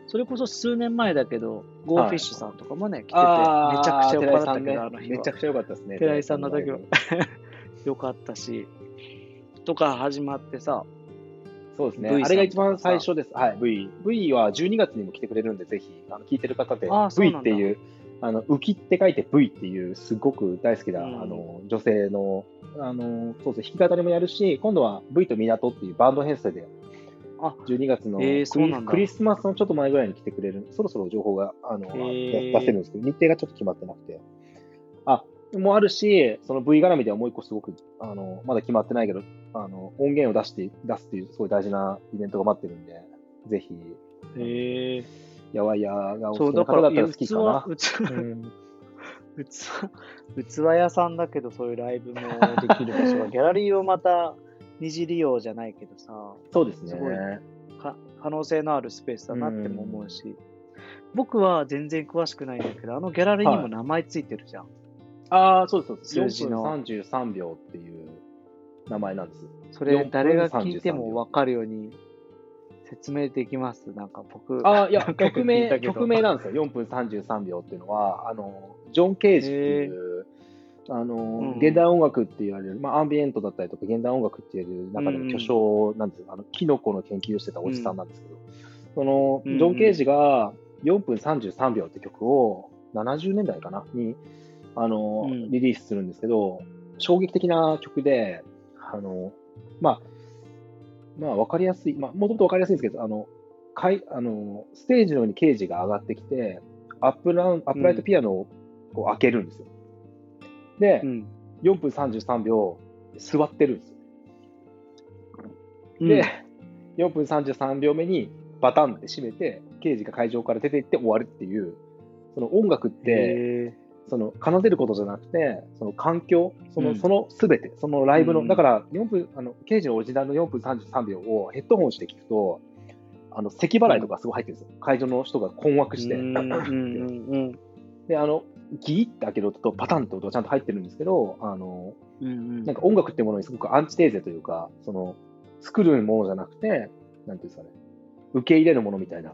それこそ数年前だけど、ゴーフィッシュさんとかもね、来てて、めあーちゃくちゃ良かった寺け井さんねど、あの日めはちゃくちゃ良かったですね。寺井さんの時寺は井さんの良かったし、とか始まってさ、そうですね。 V さんとかさあれが一番最初です。はい、V。V は12月にも来てくれるんで、ぜひ、あの聞いてる方で、あーそう V なっんてだいう、あの浮きって書いて V っていう、すごく大好きな、うんあの女性の、あのそうですね、弾き語りもやるし、今度は V と港っていうバンド編成で、あ12月のクリ,、えーそうなんだクリスマスのちょっと前ぐらいに来てくれる、そろそろ情報があの、えー出せるんですけど、日程がちょっと決まってなくて。あもあるし、その V 絡みではもう一個すごく、あのまだ決まってないけど、あの音源を出して出すっていうすごい大事なイベントが待ってるんで、ぜひ、へえ。やわいやがお好そきう、なだか方だら、ったら好器、き器、かな。器、器、器屋さんだけど、そういうライブもできる場所 <laughs> が、ギャラリーをまた二次利用じゃないけどさ、そうですね。 <laughs> すごいか可能性のあるスペースだなっても思うし、僕は全然詳しくないんだけど、あのギャラリーにも名前ついてるじゃん。ああ、そうです、そうです。数字4の分33秒っていう名前なんです。そ4れ分誰が聞いて33も秒分かるように説明できます。なんか僕、ああ、いや、なんか曲聞いた名、けど曲名なんですよ。4分33秒っていうのは、あの、ジョン・ケージっていう、あの、ん現代音楽って言われる、まあ、アンビエントだったりとか、現代音楽って言われる中でも巨匠なんですよ、あの、キノコの研究をしてたおじさんなんですけど、その、うんうんジョン・ケージが4分33秒って曲を、70年代かなに、あの、うんリリースするんですけど、衝撃的な曲で、あの、まあ、まあ、わかりやすい、まあ、もともとわかりやすいんですけど、あの、かいあのステージの上にケージが上がってきて、アップラウンアップライトピアノをこう開けるんですよ。で、うん。 4分33秒座ってるんですよ。うんで、、4分33秒目にバタンって閉めて、刑事が会場から出て行って終わるっていう、その音楽って、へその奏でることじゃなくて、その環境、その、うんその全て、そのライブの、うんだから4分、あの、刑事のオリジナルの4分33秒をヘッドホンして聞くと、あの、咳払いとかすごい入ってるんですよ。会場の人が困惑ーして、うんうんうんで、あの、ギーって開ける音とパタンって音がちゃんと入ってるんですけど、あの、うんうん。なんか音楽ってものにすごくアンチテーゼというか、その、作るものじゃなくて、なんていうんですかね、受け入れるものみたいな、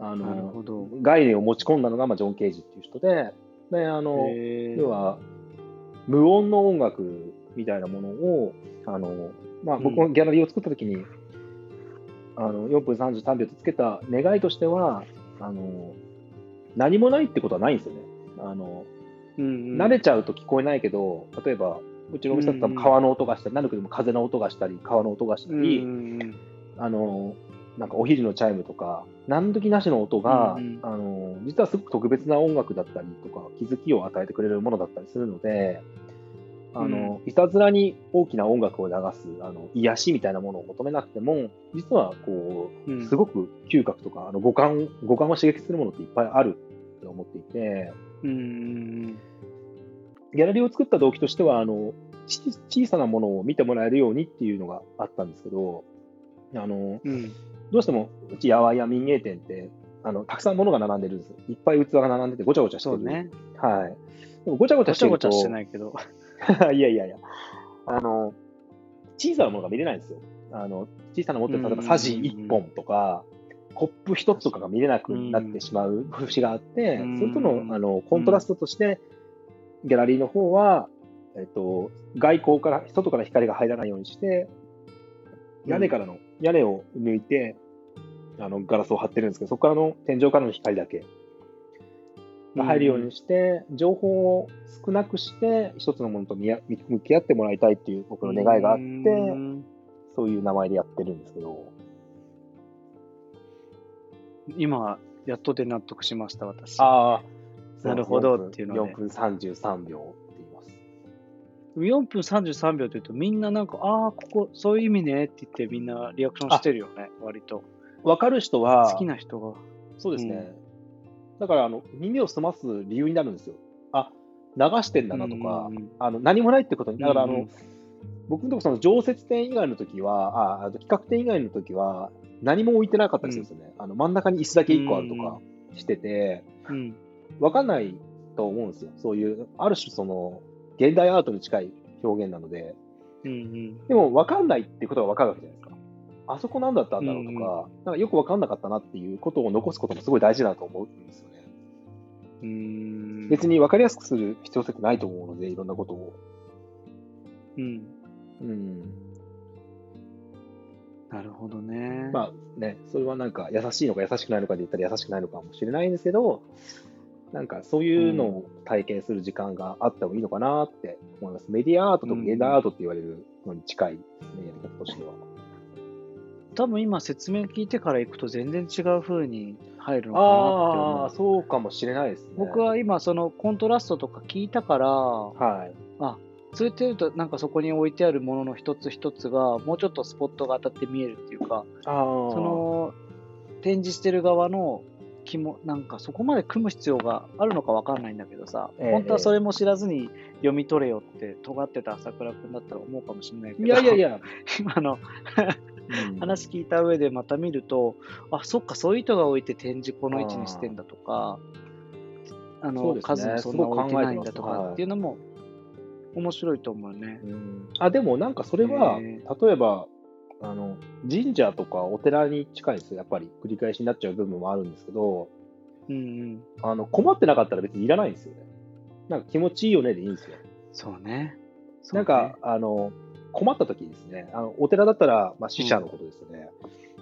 あなるの、ほど。概念を持ち込んだのが、まあ、ジョン・ケージっていう人で、で、あの、へー要は、無音の音楽みたいなものを、あの、まあ、僕もギャラリーを作った時に、あの、4分33秒とつけた願いとしては、あの、何もないってことはないんですよね。あの、うんうん慣れちゃうと聞こえないけど、例えば、うちのお店だったら川の音がしたり、何度でも風の音がしたり、川の音がしたうんうり、んうんあの、なんかお昼のチャイムとか、何時なしの音が、うんうんあの、実はすごく特別な音楽だったりとか、気づきを与えてくれるものだったりするので、あの、いたずらに大きな音楽を流す、あの、癒しみたいなものを求めなくても、実はこうう、んすごく嗅覚とか、あの五感、五感を刺激するものっていっぱいあるって思っていて、うんうんギャラリーを作った動機としてはあのち小さなものを見てもらえるようにっていうのがあったんですけどあのうんうんどうしてもうち八百屋民芸店ってあのたくさん物が並んでるんですよいっぱい器が並んでてごちゃごちゃしてそうる、ね。はい、でもごちゃごちゃごしちてゃるごちとゃしてないけど。 <laughs> いやいやいやあの小さなものが見れないんですよあの小さなものって例えばサジ1本とかコップ1つとかが見れなくなってしまう節があって、うんそれとのあのコントラストとして、ギャラリーの方は、えっと、外光から、外から光が入らないようにして、屋根からの、屋根を抜いて、あの、ガラスを張ってるんですけど、そこからの、天井からの光だけが入るようにして、情報を少なくして、一つのものと見や向き合ってもらいたいっていう僕の願いがあっうて、んそういう名前でやってるんですけど、今、やっとで納得しました、私。ああなるほどっていうので4分33秒って言います。 4分33秒というと、みんななんか、ああ、ここ、そういう意味ねって言って、みんなリアクションしてるよね、割と。わかる人は、好きな人が。そうですね。だからあの、耳を澄ます理由になるんですよ。あ流してんだなとか、うんうんあの何もないってことに、だからあの、うんうん僕のとこその常設展以外の時は、ああと企画展以外の時は、何も置いてなかったりするんですよね。あの真ん中に椅子だけ1個あるとかしてて、うん。わかんないと思うんですよ。そういう、ある種その、現代アートに近い表現なので、うんうん。でもわかんないってことがわかるわけじゃないですか。あそこ何だったんだろうとか、なんかよくわかんなかったなっていうことを残すこともすごい大事だと思うんですよね。うーん別に分かりやすくする必要性ってないと思うので、いろんなことを。うん。うん。なるほどね。まあね、それはなんか優しいのか優しくないのかで言ったら優しくないのかもしれないんですけど、なんかそういうのを体験する時間があってもいいのかなって思います。メディアアートとか現代アートって言われるのに近いですね、やり方としては。多分今、説明聞いてから行くと、全然違う風に入るのかなって思あうあ、。そうかもしれないですね。僕、は今、そのコントラストとか聞いたから、はい。それっていうと、なんかそこに置いてあるものの一つ一つが、もうちょっとスポットが当たって見えるっていうか、ああ、その展示してる側の気も、なんかそこまで組む必要があるのかわかんないんだけどさ、ええ本当はそれも知らずに読み取れよって、尖ってた朝倉くんだったら思うかもしれないけど、いやいやいや、 <laughs> 今のうん話聞いた上でまた見ると、あ、そっか、そういう人が置いて展示この位置にしてんだとか、あその、うですね数もそんな置いてないんだとすごい考えてますかはいっていうのも面白いと思うね。うんあでもなんかそれは、へ例えばあの神社とかお寺に近いですよ、やっぱり繰り返しになっちゃう部分もあるんですけど、うんうん。あの困ってなかったら別にいらないんですよね。なんか気持ちいいよねでいいんですよ。そうね。そうなんねか、、あの、困った時にですね、あのお寺だったら、まあ、死者のことですよね。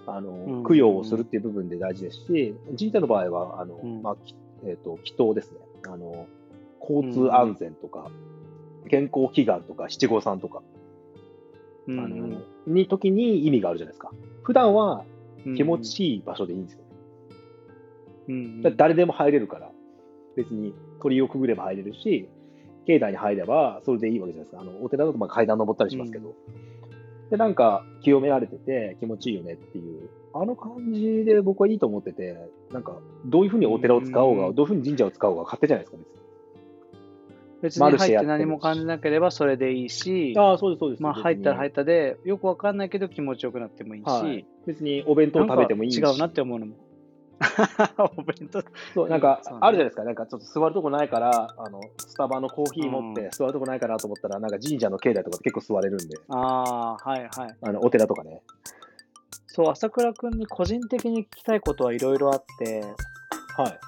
あの、ん供養をするっていう部分で大事ですし、神社の場合は、あの、うんまあ、きえっ、と、祈祷ですね。あの、交通安全とか、健康祈願とか、七五三とか、うんあの、に時に意味があるじゃないですか。普段はうん気持ちいい場所でいいんですよ。うんだって誰でも入れるから、別に鳥をくぐれば入れるし、境内に入ればそれでいいわけじゃないですか。あのお寺だとまあ階段登ったりしますけど、でなんか清められてて気持ちいいよねっていう、あの感じで僕はいいと思ってて、なんかどういうふうにお寺を使おうが、うんどういうふうに神社を使おうが勝手じゃないですか、別に。別にマ入ルっシェやっててるし何も感じなければそれでいいし、ああ、そうです、そうです。まあ入ったら入っったで、よくわかんないけど気持ちよくなってもいいし、はい別にお弁当食べてもいいし。なんか違うなって思う <laughs> のも。お弁当そう、なんかそうねあるじゃないですか、なんかちょっと座るとこないから、あのスタバのコーヒー持っうんて座るとこないかなと思ったら、なんか神社の境内とかで結構座れるんで、ああ、はいはい。あのお寺とかね。そう、朝倉くんに個人的に聞きたいことはいろいろあって、はい。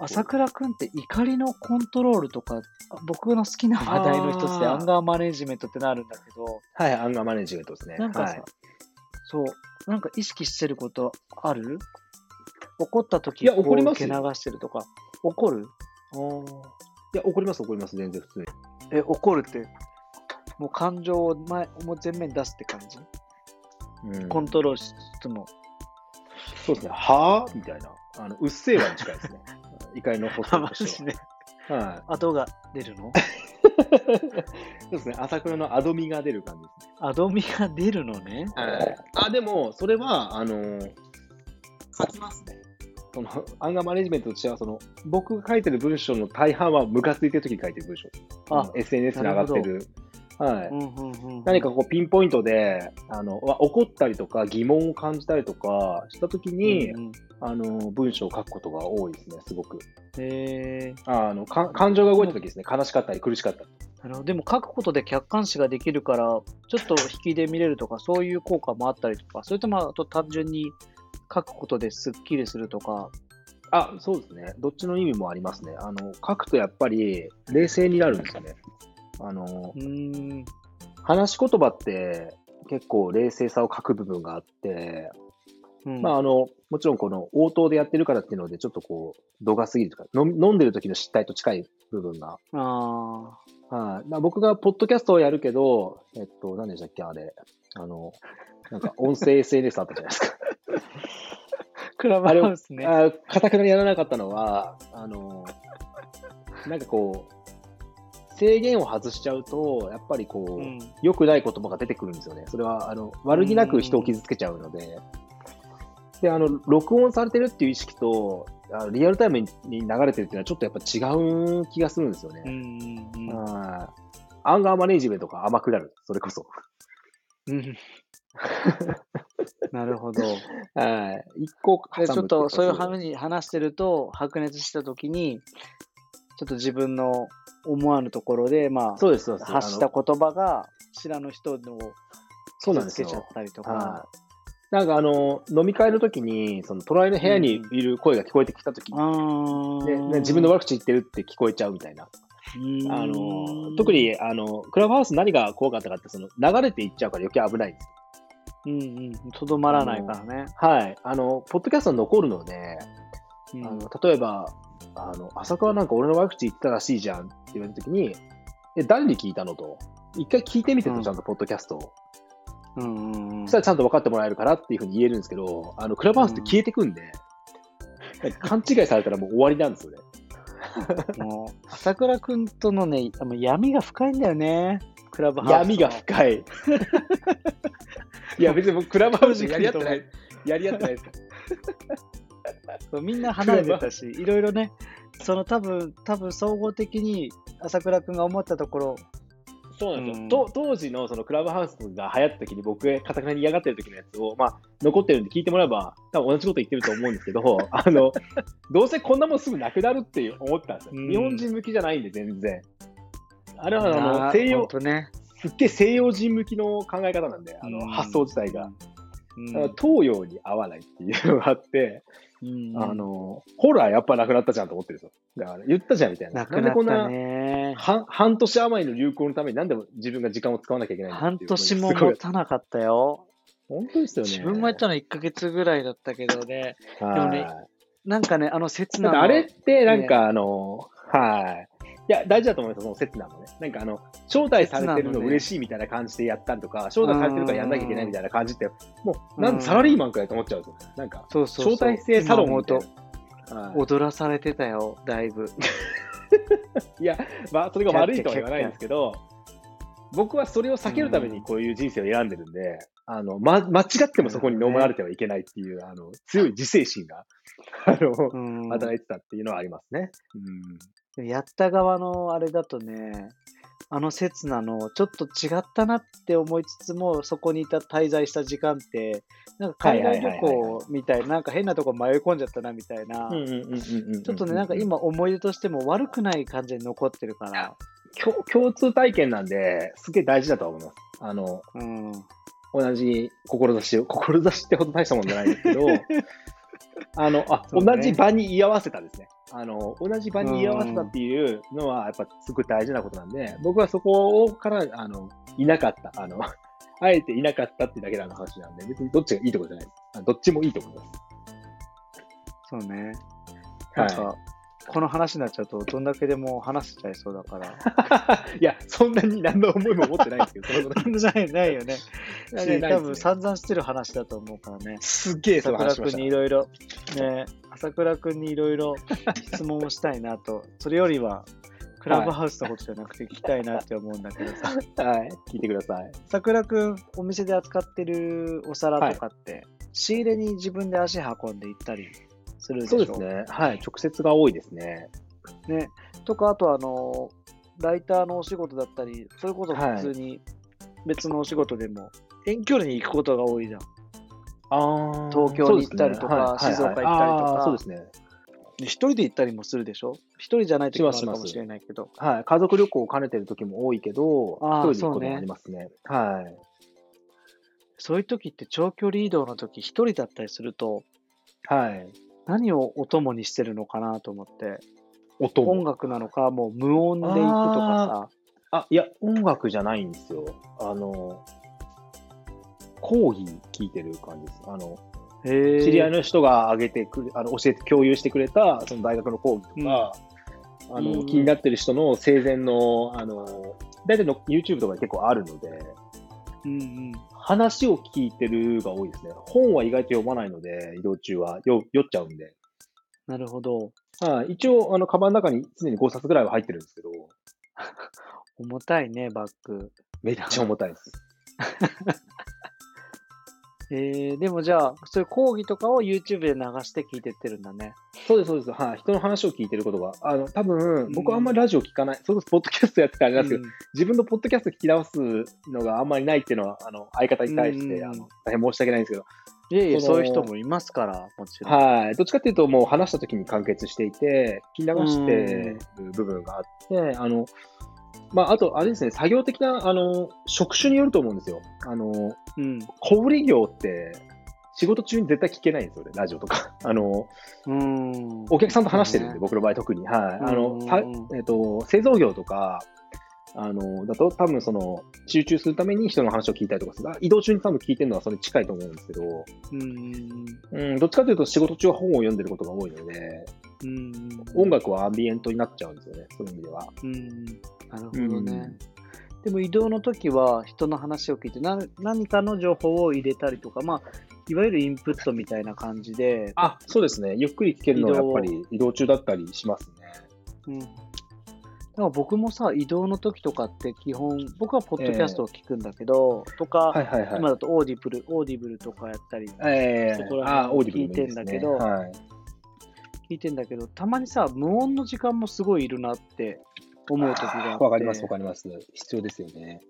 朝倉くんって怒りのコントロールとか、あ僕の好きな話題の一つであアーンガーマネジメントってなるんだけど、はい、アンガーマネジメントですね。なんかさ、はい、そう、なんか意識してることある怒った時いや怒りこうま受すけ流よしてるとか。怒るいや、怒ります、怒ります、全然普通に。え、怒るって、もう感情を前もう前面に出すって感じ、うんコントロールし <laughs> つつも。そうですね、はぁみたいな。あのうっせぇわに近いです <laughs> ね。怒りの発あ、作マとしジてで。は。はい。 <laughs> 後が出るの <laughs> そうですね、朝倉のアドミが出る感じですね。アドミが出るのね。あ、でも、それは、あの書きますね。そのアンガーマネジメントとしてはその、僕が書いてる文章の大半はムカついてる時に書いてる文章です。あ、 SNS に上がってなる。はい。うんうんうんうん。何かこうピンポイントであのわ怒ったりとか疑問を感じたりとかした時に、うんうんあの文章を書くことが多いですねすごくへえあのか感情が動いた時ですね悲しかったり苦しかったりなるほどでも書くことで客観視ができるからちょっと引きで見れるとかそういう効果もあったりとかそれともあと単純に書くことですっきりするとかあそうですねどっちの意味もありますねあの書くとやっぱり冷静になるんですよねあのうーん話し言葉って結構冷静さを書く部分があって、うんまああのもちろんこの応答でやってるからっていうのでちょっとこう度が過ぎるとか飲み飲んでる時の失態と近い部分があはい、まあ僕がポッドキャストをやるけど、えっと、何でしたっけ、あれ、あの、なんか音声 SNS あったじゃないですか。ークラブハウスねあかたくなにやらなかったのは、あの、なんかこう、制限を外しちゃうと、やっぱりこうう、ん良くない言葉が出てくるんですよね。それは、あの、悪気なく人を傷つけちゃうので。で、あの、録音されてるっていう意識と、あのリアルタイムに流れてるっていうのはちょっとやっぱ違う気がするんですよね。うんうんうんあーアンガーマネージメントが甘くなる、それこそ。うんなるほど。はい。一個でちょっとそういうは話に話してると白熱した時にちょっと自分の思わぬところでまあそうです、そうです。発したあの言葉が知らぬ人のをそうなんですけちゃっよ。たりとか。はい。なんかあの、飲み会の時に、その隣の部屋にいる声が聞こえてきた時あーで、ね自分の悪口言ってるって聞こえちゃうみたいな。あの、特、に、あの、クラブハウス何が怖かったかって、その、流れていっちゃうから余計危ないんです。うーんうんうん、とどまらないからね。はい。あの、ポッドキャストに残るので、うんあの例えばあの、浅川なんか俺の悪口言ってたらしいじゃんって言われたときに、え、誰に聞いたのと。一回聞いてみてうんと、ちゃんとポッドキャストを。うんうんうんそしたらちゃんと分かってもらえるからっていうふうに言えるんですけど、あの、クラブハウスって消えてくんで、勘違いされたらもう終わりなん <laughs> ですよね。もう朝倉くんとのね、あの闇が深いんだよね、クラブハウス。闇が深い。 <laughs> いや、別に僕、クラブハウスやり合ってない。やり合ってないです。そうみんな離れてたし、いろいろね、その多分、多分総合的に朝倉くんが思ったところ、そうなんですよ、うんと当時のそのクラブハウスが流行った時に僕がかたくなに嫌がってる時のやつを、まあ、残ってるんで聞いてもらえば多分同じこと言ってると思うんですけ <laughs> どあのどうせこんなもんすぐなくなるっていう思ってたんですよ、うん日本人向きじゃないんで全然あれはあなの西ほん洋とね、すっげえ西洋人向きの考え方なんであの、うん発想自体が、うだんから東洋に合わないっていうのがあってうんあ、の、ホラーやっぱなくなったじゃんと思ってるんですよ。だから言ったじゃんみたいな。なくんなでこっんたなね。半半年余りの流行のために何でも自分が時間を使わなきゃいけないんだっ半ていう年もすごい持たなかったよ。本当ですよね。自分も言ったの1ヶ月ぐらいだったけどね。はいでもねなんかね、あの、刹た那だのあれって、なんかあの、はい。いや、大事だと思いますよ、その刹那もね。なんかあの、招待されてるの嬉しいみたいな感じでやったりとか、招待されてるからやんなきゃいけないみたいな感じって、もう、なんうんでサラリーマンくらいと思っちゃうんですよ。なんか、そうそうそう招待制サロン今思みうたいとな。はい踊らされてたよ、だい <laughs> ぶ。いや、まあ、それが悪いとは言わないんですけど、僕はそれを避けるためにこういう人生を選んでるんで、あの、ま、間違ってもそこに飲まれてはいけないっていう、あの、強い自制心 <laughs> が、あの、うん、働いてたっていうのはありますね。うん。でもやった側のあれだとね、あの刹那のちょっと違ったなって思いつつも、そこにいた滞在した時間って、なんか海外旅はいはいはいは行みたいな、なんか変なとこ迷い込んじゃったなみたいな、ちちょっとね、なんか今思い出としても悪くない感じに残ってるから、共共通体験なんで、すげえ大事だと思います。あの、うん、同じ志を、志ってほど大したもんじゃないんですけど、あの、あ、そうね同じ場に居合わせたですね。あの、同じ場に居合わせたっていうのは、やっぱすごい大事なことなんで、僕はそこをから、あの、いなかった、あの、 <laughs> あえていなかったっていうだけの話なんで、別にどっちがいいとことじゃないですあの。どっちもいいと思います。そうね。はないんか、この話になっちゃうと、どんだけでも話せちゃいそうだから。 <laughs> いや、そんなに何の思いも持ってないんですけど、そんなこと <laughs> ないないよね。なないですね <laughs> い多分散々してる話だと思うからね。すっげえそ朝の話倉しま君したにい。ろいろ、ね、朝倉君にいろいろ質問をしたいなと、それよりは、クラブハウスのことじゃなくて聞きたいなって思うんだけどさ、はい、聞いてください。朝倉君、お店で扱ってるお皿とかって、仕入れに自分で足運んで行ったりするでしょそうですね。はい、直接が多いですね。ね、とか、あとあの、ライターのお仕事だったり、それこそ普通に別のお仕事でも、遠距離に行くことが多いじゃん。あ東京に行ったりとか静岡行ったりとかそうですね。で一人で行ったりもするでしょ一人じゃない時もあしるまかすしますもしれないけど。はい、家族旅行を兼ねてる時も多いけど、あ一ー人で行くこともありますね。はい。そういう時って長距離移動の時一人だったりするとはい。何をお供にしてるのかなと思って音音も。楽なのかもう無音で行くとかあ、いや、音楽じゃないんですよ。あの、講義聞いてる感じです。あの、さへえ知り合いの人が上げてくれ、あの教えて、共有してくれた、その大学の講義とか、あの、うん気になってる人の生前の、あの、大体の YouTube とかに結構あるので、うんうん話を聞いてるが多いですね。本は意外と読まないので、移動中は。よ酔っちゃうんで。なるほどはい、一応、あの、カバンの中に常に5冊ぐらいは入ってるんですけど、重たいねバッグめっちゃ重たいです。えー、でもじゃあそういう講義とかを YouTube で流して聞いてってるんだねそうです、そうです。はい、人の話を聞いてることが、あの、多分、僕はあんまりラジオ聞かない、それこそポッドキャストやってたらあれなんですけど、うん自分のポッドキャスト聞き直すのがあんまりないっていうのは、あの、相方に対して、うんあの、大変申し訳ないんですけど、いえいえそのそういう人もいますからもちろん、はい。どっちかっていうと、もう話した時に完結していて、聞き流してる部分があって、あの、まあ、あと、あれですね、作業的な、あの、職種によると思うんですよ。あの、うん小売業って、仕事中に絶対聞けないんですよね、ラジオとか。 <laughs> あの、うんお客さんと話してるんで、ね僕の場合特に。はい。あうの、んさえっと、製造業とか、あの、だと多分その、集中するために人の話を聞いたりとかする。あ移動中に多分聞いてるのはそれ近いと思うんですけど、うんうんうん、どっちかというと仕事中は本を読んでることが多いので、うんうん音楽はアンビエントになっちゃうんですよね、そういう意味では。うん、なるほどね。でも移動の時は人の話を聞いて何何かの情報を入れたりとか、まあ、いわゆるインプットみたいな感じで、あ、そうですね。ゆっくり聞けるのはやっぱり移動中だったりしますね。うん、だから僕もさ移動の時とかって基本僕はポッドキャストを聞くんだけど、とか、はいはいはい。今だとオーディブルオーディブルとかやったりえそえこら辺あ、オーディブルもいい聞いてんですだねけどはい。聞いてんだけどたまにさ無音の時間もすごいいるなって思う時があってわかります、わかります。必要ですよね。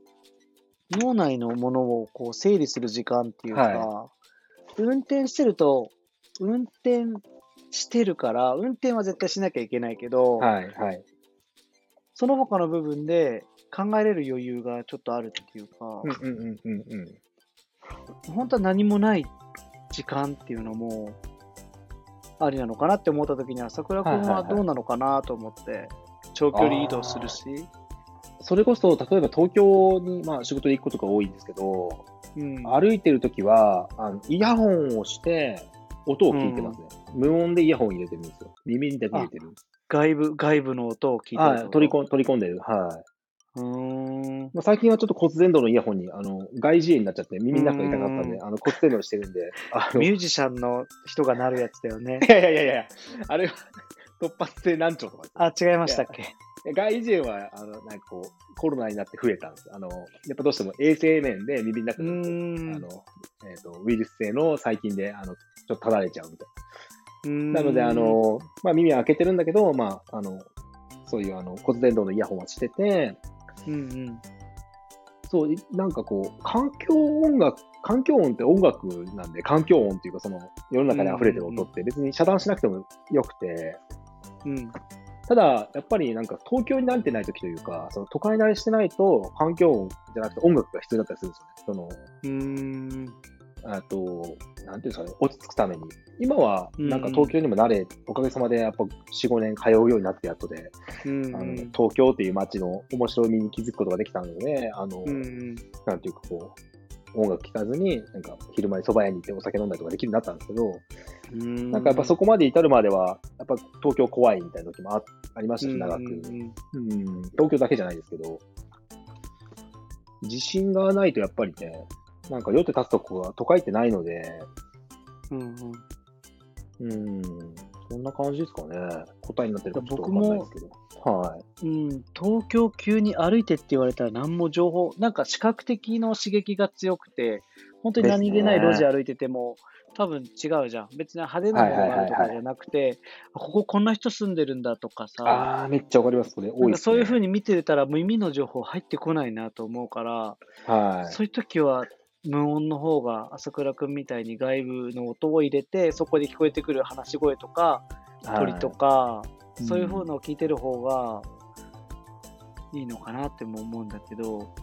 脳内のものをこう整理する時間っていうか、は運転してると、運転してるから、運転は絶対しなきゃいけないけど、はいはい。その他の部分で考えれる余裕がちょっとあるっていうか、うんうんうんうんうん。本当は何もない時間っていうのも、ありなのかなって思った時には桜君はどうなのかなと思って長距離移動するし、それこそ、例えば東京に、まあ、仕事で行くことが多いんですけど、うん、歩いてるときはあの、イヤホンをして、音を聞いてますね、無音でイヤホン入れてるんですよ。耳にだけ入れてる。外部外部の音を聞いてるっはてい、こと取り込ん取り込んでる。はい。うーんまあ、最近はちょっと骨伝導のイヤホンに、あの、外耳炎になっちゃって、耳の中が痛かったんうで、あの、骨伝導してるんで、あの、ミュージシャンの人がなるやつだよねいやいやいやいや、あれは突発性難聴とかですあ違いましたっけいや外耳炎は、あの、なんかこう、コロナになって増えたんです。あの、やっぱどうしても衛生面で耳の中うーが、あんの、えっ、と、ウイルス性の細菌で、あの、ちょっとただれちゃうみたいな。ななので、あの、まあ、耳は開けてるんだけど、まあ、あの、そういう、あの、骨伝導のイヤホンはしてて、うんうんそう、いなんかこう、環境音楽、環境音って音楽なんで、環境音っていうか、その、世の中で溢れてる音って別に遮断しなくてもよくて、うんただ、やっぱりなんか東京に慣れてない時というか、その都会慣れしてないと、環境音じゃなくて音楽が必要だったりするんですよね。うーんその、あと、なんていうんですかね、落ち着くために。今は、うんなんか東京にも慣れ、おかげさまでやっぱ4、5年通うようになってやっとで、うんあうのん東京っていう街の面白みに気づくことができたので、あの、うんうんなんていうかこう、音楽聴かずに、なんか昼間に蕎麦屋に行ってお酒飲んだりとかできるようになったんですけど、ななんかやっぱそここまで至るまでは、やっぱ東京怖いみたいな時もあありましたし、長く。うんうん、東京だけじゃないですけど、自信がないとやっぱりね、なんか酔って立つとこが都会ってないので、うんうんうん、そんな感じですかね。答えになってるかちょっと僕わかんもないですけど。はい。うん、東京急に歩いてって言われたら何も情報なんか視覚的の刺激が強くて本当に何気なでいすね路地歩いてても、多分違うじゃん別に派手なものがあるとはいはいはいはかいじゃなくて、あこここんな人住んでるんだとかさあー、めっちゃわかります。それな多んいかです、ね。そういうふうに見てたら耳の情報入ってこないなと思うから、はい。そういう時は無音の方が朝倉君みたいに外部の音を入れてそこで聞こえてくる話し声とかはい鳥とか、そういう風のを聞いてる方がいいのかなっても思うんだけど、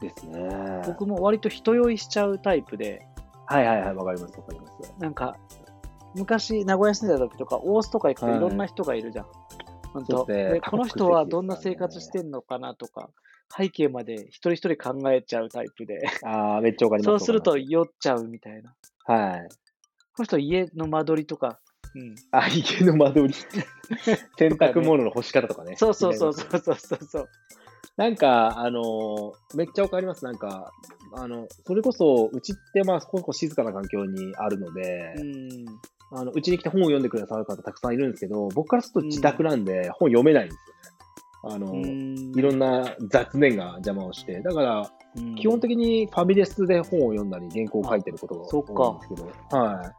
ですね。僕も割と人酔いしちゃうタイプで、はいはいはい、わかります。わかります。なんか、昔、名古屋住んでた時とか、大須とか行くといはいろんな人がいるじゃん。ほんそとうですねで多こ国の籍人はどんでなすから生ね活してんのかなとか、背景まで一人一人考えちゃうタイプで、あー、めっちゃわかります。そうするとわかり酔っちゃうみたいな。ますはい。この人、家の間取りとか、うん、あ、家の間 <laughs> 取り。洗濯物の干し方とかね。そうそうそうそうそうそうそう。なんか、あのーめっちゃわかります。なんか、あの、それこそ、うちって、まあ、そこそこ静かな環境にあるので、うんあの、うちに来て本を読んでくださる方たくさんいるんですけど、僕からすると自宅なんで、本読めないんですよね。あの、いろんな雑念が邪魔をして、だから、うん基本的にファミレスで本を読んだり、原稿を書いてることがそっ多かいんですけど、は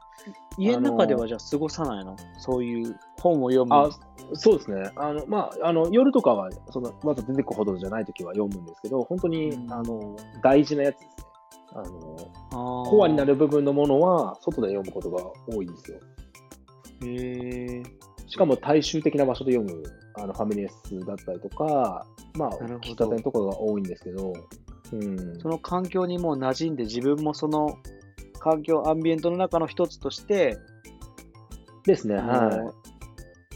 い。家の中ではじゃあ過ごさないのそういう本を読む。あそうですね。あの、まあ、あの、夜とかは、その、わざ出てくほどじゃないときは読むんですけど、本当に、うんあの、大事なやつですね。あの、ココアにな。る部分のものは外で読むことが多いんですよ。へえ。しかも大衆的な場所で読むあのファミレスだったりとか、まあなるほど、喫茶店とかが多いんですけど、うん、その環境にもう馴染んで自分もその環境アンビエントの中の一つとして、ですね、あはの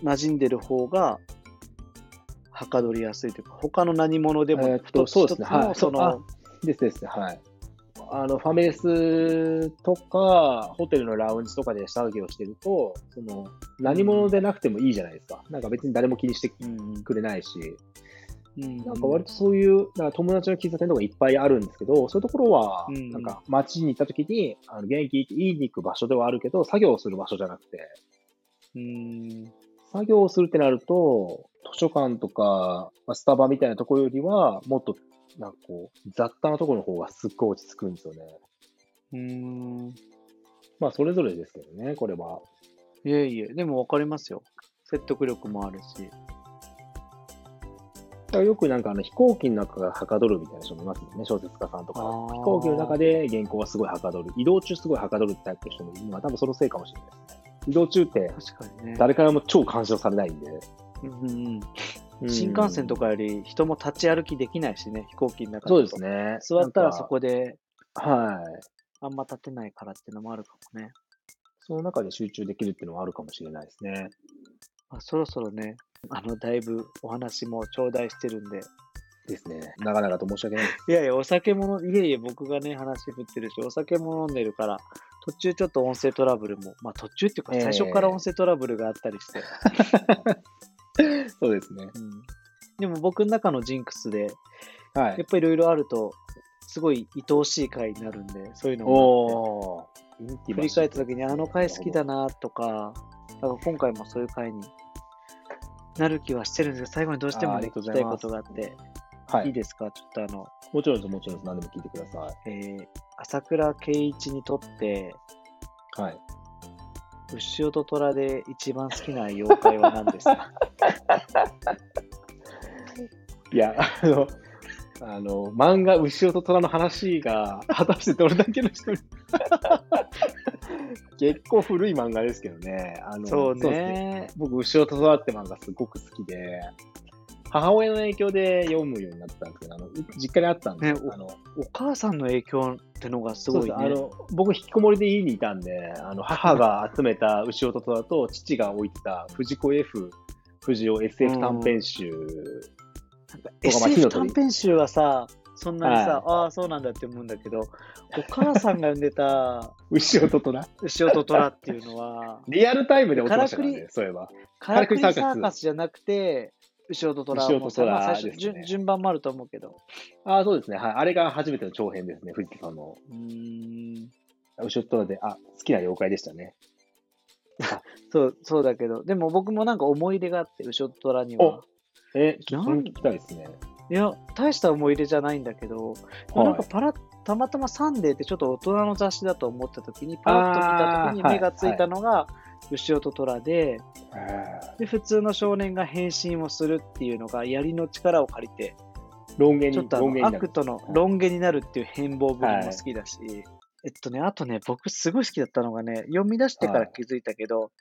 馴染んでる方がはかどりやすいというか他の何者でえもーっと一つそう一ですつねはのいそそうあのい。ですです、はい。あのファミレスとか、ホテルのラウンジとかで下書きをしてると、その何者でなくてもいいじゃないですか。なんか別に誰も気にしてうんくれないし、うんなんか割とそういう、なんか友達の喫茶店とかいっぱいあるんですけど、そういうところはう、んなんか街に行った時に、あの元気いいに行く場所ではあるけど、作業をする場所じゃなくて、うん作業をするってなると、図書館とか、まあスタバみたいなところよりは、もっと、なんかこう、雑多なところの方がすっごい落ち着くんですよね。うんまあ、それぞれですけどね、これは。いえいえでも分かりますよ説得力もあるしだからよくなんかあの飛行機の中がはかどるみたいな人もいますよね、小説家さんとかあ。ー飛行機の中で原稿はすごいはかどる。移動中すごいはかどるタイプの人もいるのは多分そのせいかもしれないですね。移動中って確かにね、誰からも超干渉されないんで。うんうんうん、新幹線とかより人も立ち歩きできないしね飛行機の中だとそうですね。座ったらそなんか。こではい。あんま立てないからっていうのもあるかもね。その中で集中できるっていうのはあるかもしれないですね。まあ、そろそろね、あの、だいぶお話も頂戴してるんで。ですね。長々と申し訳ないです。いやいや、お酒もの、いえいえ、僕がね、話振ってるし、お酒も飲んでるから、途中ちょっと音声トラブルも、まあ途中っていうか、ええ最初から音声トラブルがあったりして。そうですね。うんでも僕の中のジンクスで、はやっい。ぱいろいろあると、すごい愛おしい回になるんで、そういうのもおー。インあっテてィ振マりシー返った時に、あの回好きだなとか、だから今回もそういう回になる気はしてるんですけど、最後にどうしてもあーありねがと聞うござきたいいまこすとがあって、はいいい。ですかちょっとあの、もちろんです、もちろんです。何でも聞いてください。えー朝倉圭一にとって、はい。牛尾と虎で一番好きな妖怪は何です <laughs> かいや、あの、あの、漫画、牛尾と虎の話が、果たしてどれだけの人に。 <laughs> 結構古い漫画ですけどね。あのそうですね。僕、牛尾と虎って漫画すごく好きで、母親の影響で読むようになったんですけど、あの実家にあったんで、ねおあのお母さんの影響ってのがすごいね。そうですあの僕、引きこもりで家にいたんで、あの母が集めた牛尾と虎と、父が置いてた藤子 F、藤尾 SF 短編集、なんか僕はまあ火 SF の鳥短編集はさ、そんなにさ、ああ、そうなんだって思うんだけど、お母さんが読んでた牛尾と虎。牛尾と虎っていうの <laughs> は、リアルタイムで起きましたからからくね、そういえば。カララククリリササーカスーカスじゃなくて、牛尾と虎牛尾もとさ、虎まあ最ですね初順、順番もあると思うけど。ああ、そうですね。はい。あれが初めての長編ですね、藤田さんの。うーん後ろっとで、あ、好きな妖怪でしたね。そうそうだけど、でも僕もなんか思い出があって、牛尾と虎にはお。え、ちょっとそなれん聞きたいですね。いや、大した思い入れじゃないんだけど、でもなんかはパラッたまたまサンデーってちょっと大人の雑誌だと思った時に、パラッと見た時にあー目がついたのが、牛尾と虎で、い。へーで、普通の少年が変身をするっていうのが、槍の力を借りて、ロン毛ちょっに、とあロン毛にのなアクる。トのロン毛になるっていう変貌ぶりも好きだし、えっとね、あとね、僕すごい好きだったのがね、読み出してから気づいたけど、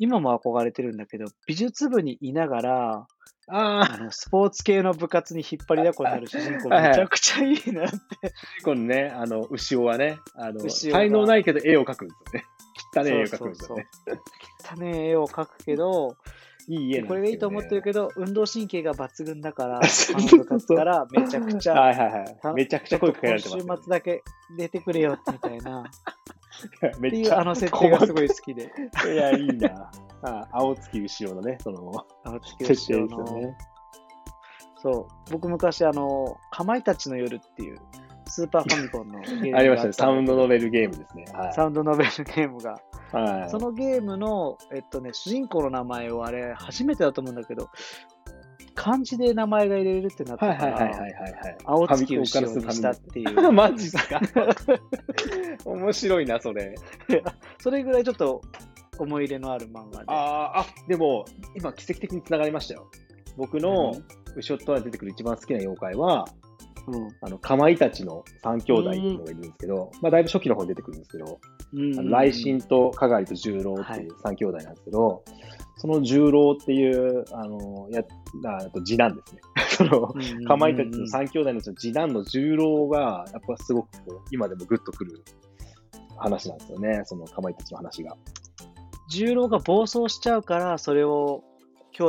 今も憧れてるんだけど、美術部にいながら、ああのスポーツ系の部活に引っ張りだこになる主人公、はいめちゃくちゃいいなあ、このね、あの、牛尾はね、あの、牛尾が才能ないけど絵を描くんですよね。汚い絵を描くんですよね。そうそうそう汚い絵を描くけど、いい絵なんですよ、ね。これがいいと思ってるけど、運動神経が抜群だから、 <laughs> そう他の部活からめちゃくちゃ、はいはいはい。めちゃくちゃ声かけられてますよね、今週末だけ出てくれよみたいな、めってっいちうゃあの設定がすごい好きで。細かい。いや、いいな。あ青月牛尾のね、その、青木設定で清すよ志郎のね。そう、僕昔、あの、かまいたちの夜っていう、スーパーファミコンのゲームがありましたね。ったサウのンドノベルゲームですね。はい。サウンドノベルゲームが。はい、そのゲームの、えっとね、主人公の名前をあれ、初めてだと思うんだけど、漢字で名前が入れるってなっはたいはかいはいはいはら、いはい。青月牛をにしたっていあ <laughs> う、マジっすか面白いな、それ。それぐらいちょっと思い入れのある漫画で。あーあ、でも、今、奇跡的につながりましたよ。僕の後ろっと出てくる一番好きな妖怪は、うんあのかまいたちの三兄弟っていうのがいるんですけど、まあ、だいぶ初期の方に出てくるんですけど、うんあの雷神と加害と十郎っていう三兄弟なんですけど、その十郎っていうあのやああと次男ですね。 <laughs> そのかまいたちの三兄弟のうちの次男の十郎が、やっぱすごくこう今でもグッとくる話なんですよね、そのかまいたちの話が。十郎が暴走しちゃうから、それを兄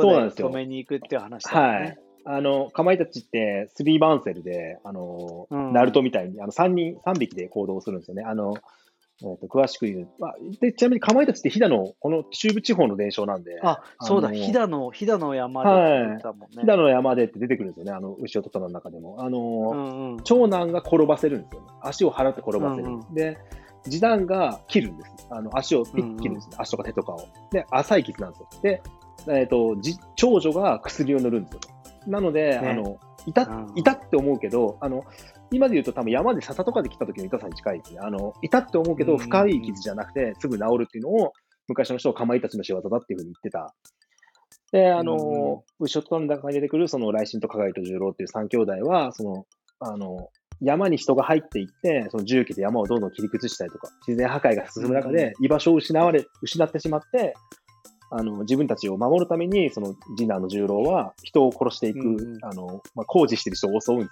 そうなん弟ですよで止めに行くっていう話だよはねい。。あの、かまいたちって、スリーバンセルで、あの、うんナルトみたいに、あの、三人、三匹で行動するんですよね。あの、えっと詳しく言う、まあで。ちなみにかまいたちって飛騨の、この中部地方の伝承なんで、あ、そうだ、あの飛騨の、飛騨の山で作ってたもんね。飛騨の山でって出てくるんですよね、あの、牛尾と虎の中でも。あの、うんうん。長男が転ばせるんですよ、ね。足を払って転ばせる。うんで、次男が切るんです。あの足をピッ切るんですね。足とか手とかを。で、浅い傷なんですよ。で、えっ、と、じ長女が薬を塗るんですよ。なので、ねあの、痛っうん痛って思うけど、あの、今で言うと多分山で笹とかで来た時の痛さに近いですね。あの、痛って思うけうど、ん深い傷じゃなくて、すぐ治るっていうのを、昔の人をかまいたちの仕業だっていうふうに言ってた。で、あの、うんうん後ろとの中に出てくる、その、雷神と加害と十郎っていう三兄弟は、その、あの、山に人が入っていって、その重機で山をどんどん切り崩したりとか、自然破壊が進む中で、居場所を失われ、失ってしまって、あの、自分たちを守るために、その、次男の十郎は、人を殺していく、うんうんあの、まあ、工事してる人を襲うんで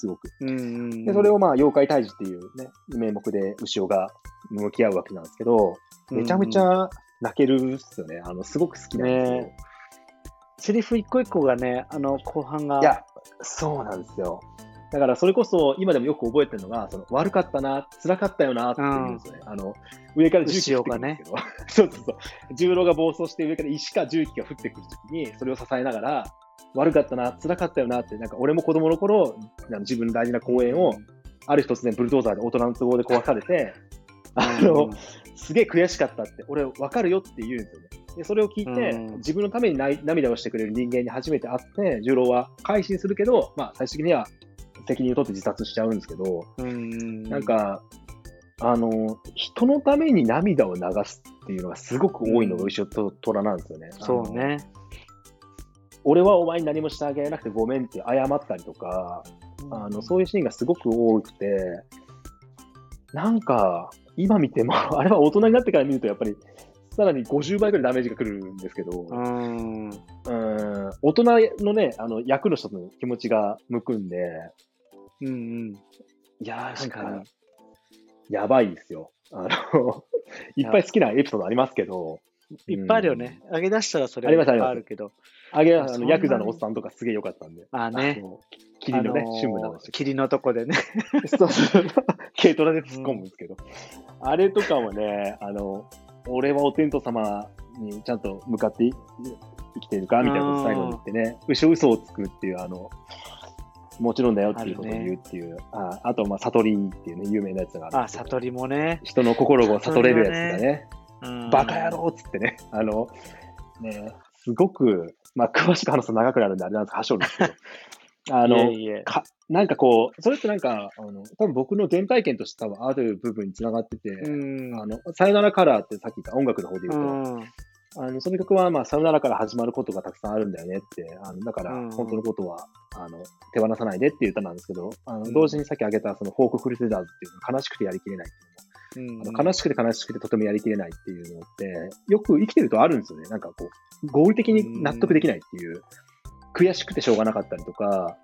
すよね、すごく。うんうんうんで、それをまあ、妖怪退治っていうね、名目で牛尾が向き合うわけなんですけど、めちゃめちうんゃ泣けるっすよね。あの、すごく好きなんですよ。ねセリフ一個一個がね、あの後半が。いや、そうなんですよ。だからそれこそ今でもよく覚えてるのが、その悪かったな、辛かったよなっていうんですよね。あの上から重機が降ってくるんですけど、 <laughs> そうそうそう、重郎が暴走して上から石か重機が降ってくるときに、それを支えながら、悪かったな、辛かったよなって、なんか俺も子供の頃、あの自分の大事な公園を、ある日突然ブルドーザーで大人の都合で壊されて、あの、すげえ悔しかったって、俺分かるよって言うんですよね。で、それを聞いて、うん自分のためにない涙をしてくれる人間に初めて会って、十郎は改心するけど、まあ、最終的には責任を取って自殺しちゃうんですけど、うん、うんなん、か、あの、人のために涙を流すっていうのがすごく多いのが牛尾と虎なんですよね。そうあの。ね。俺はお前に何もしてあげられなくてごめんって謝ったりとか、あのそういうシーンがすごく多くて、なんか、今見ても、 <laughs> あれは大人になってから見ると、やっぱり、さらに50倍ぐらいダメージがくるんですけど、ううん。ん、大人のね、あの役の人の気持ちが向くんで、うんうん。いやー、なん確かかに、。やばいですよ。あの <laughs> いっぱい好きなエピソードありますけど、いっぱいあるよね。上げ出したらそれありますいっぱいあるけど。あげあそんのなにヤクザのおっさんとかすげえ良かったんで、ああね。あの霧のね、春武の話。霧のとこでね。 <laughs> そうそう。軽トラで突っ込むんですけど。あれとかもね、あの、俺はお天道様にちゃんと向かってい生きてるかみたいなことを最後に言ってね、嘘嘘をつくっていう、あの、もちろんだよっていうことをあるね言うっていう、あ,、あと、まあ、悟りっていうね、有名なやつがあるんあ、ですけど悟りもね。人の心を悟れるやつが悟りね、うんバカ野郎っつってね、あの、ね、すごく、まあ、詳しく話すと長くなるんで、あれなんですか、はしょるんです <laughs> けど、あの、いえいえかなんかこう、それってなんか、あの多分僕の原体験として多分ある部分につながってて、うん。あの、さよならカラーってさっき言った音楽の方でう言うと、ん。あのその曲は、まあ、さよならから始まることがたくさんあるんだよねって、あのだからうん、本当のことは、あの、手放さないでっていう歌なんですけど、あうのん同時にさっき挙げた、その、フォーククルセダーズっていうの、悲しくてやりきれないっていうのもあの悲しくて悲しくてとてもやりきれないっていうのって、よく生きてるとあるんですよね。なんかこう、合理的に納得できないっていう、悔しくてしょうがなかったりとか、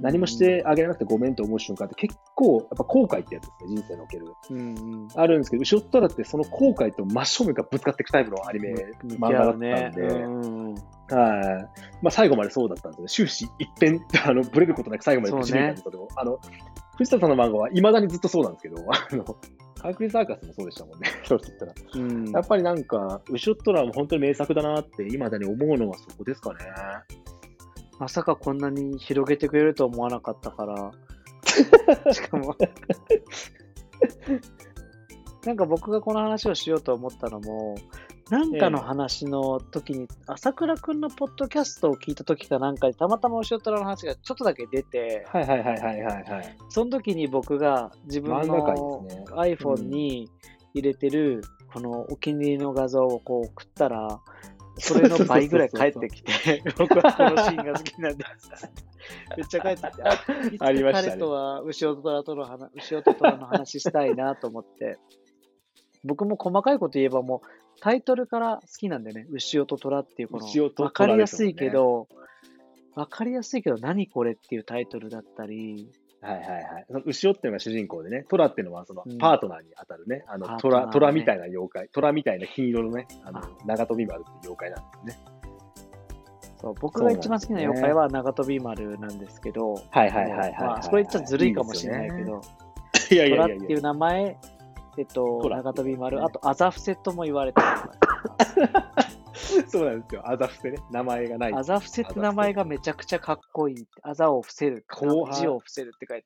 何もしてあげられなくてごめんと思う瞬間って結構、やっぱ後悔ってやつですね、人生における。うんうん。あるんですけど、後ろったらってその後悔と真正面からぶつかっていくタイプのアニメ、漫画だったんで、うはんい。まあ最後までそうだったんですよね。終始一変、 <laughs> あの、ぶれることなく最後までぶち抜いたんですけど、あの、藤田さんの漫画はいまだにずっとそうなんですけど、 <laughs> あの、カークリサーカスもそうでしたもんね、 <laughs> そう言ったら。うん。やっぱりなんか、ウシュットラも本当に名作だなって、今だに思うのはそこですかね。まさかこんなに広げてくれると思わなかっ <laughs> たから。しかも。なんか僕がこの話をしようと思ったのも、なんかの話の時に、朝倉くんのポッドキャストを聞いた時かなんかに、たまたまおしおとらの話がちょっとだけ出て、はいはいはいはいはい、はい。その時に僕が自分漫画の界ですね iPhone に入れてる、このお気に入りの画像をこう送ったら、それの倍ぐらい返って <laughs> きて、僕はこのシーンが好きなんです。めっちゃ返ってきて、 <laughs> あいつかありましたね彼とは牛尾虎との話、牛尾虎の話したいなと思って、僕も細かいこと言えばもうタイトルから好きなんでね、牛尾と虎っていうこ牛の、尾とわか虎りでやすすもんねいけど、わかりやすいけど何これっていうタイトルだったり、はいはいはい。その牛尾っていうのが主人公でね、トラっていうのはそのうんパートナーに当たるね、あパのートトナーラ、ねトラみたいな妖怪、トラみたいな金色のね、あのあ長飛び丸っていう妖怪なんですね。そう僕が一番好きな妖怪は長飛び丸なんですけど、はいはいはいはいはい。まあ、そこ言っちゃずるいかもしれないけど、いやい虎やっいやていいや。う名前、えっと、虎長飛び丸、あと、アザフセとも言われてる。そうなんですよ。あざふせね、名前がない。アザフセって名前がめちゃくちゃかっこいい。アザを伏せる。後半字を伏せるって書いて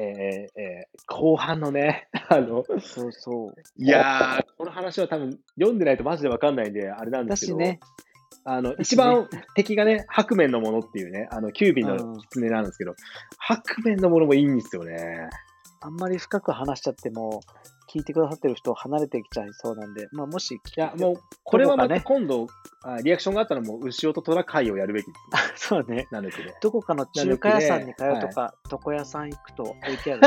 えーえーえー後半のね、 <laughs> あの、る。そうそう。いやー、この話は多分読んでないとマジでわかんないんで、あれなんですけ私ど。ね、あの、ね一番敵がね、白面のものっていうね、あの、キュービンの狐なんですけど、白面のものもいいんですよね。あんまり深く話しちゃっても、聞いてくださってる人離れてきちゃいそうなんで、まあ、もし聞いいてや、もう、これはまどこかたね今度、あリアクションがあったらもう、牛尾と虎会をやるべきですねそうね。なんですけど。どこかの中華屋さんに通うとか、床屋さん行くと置いてある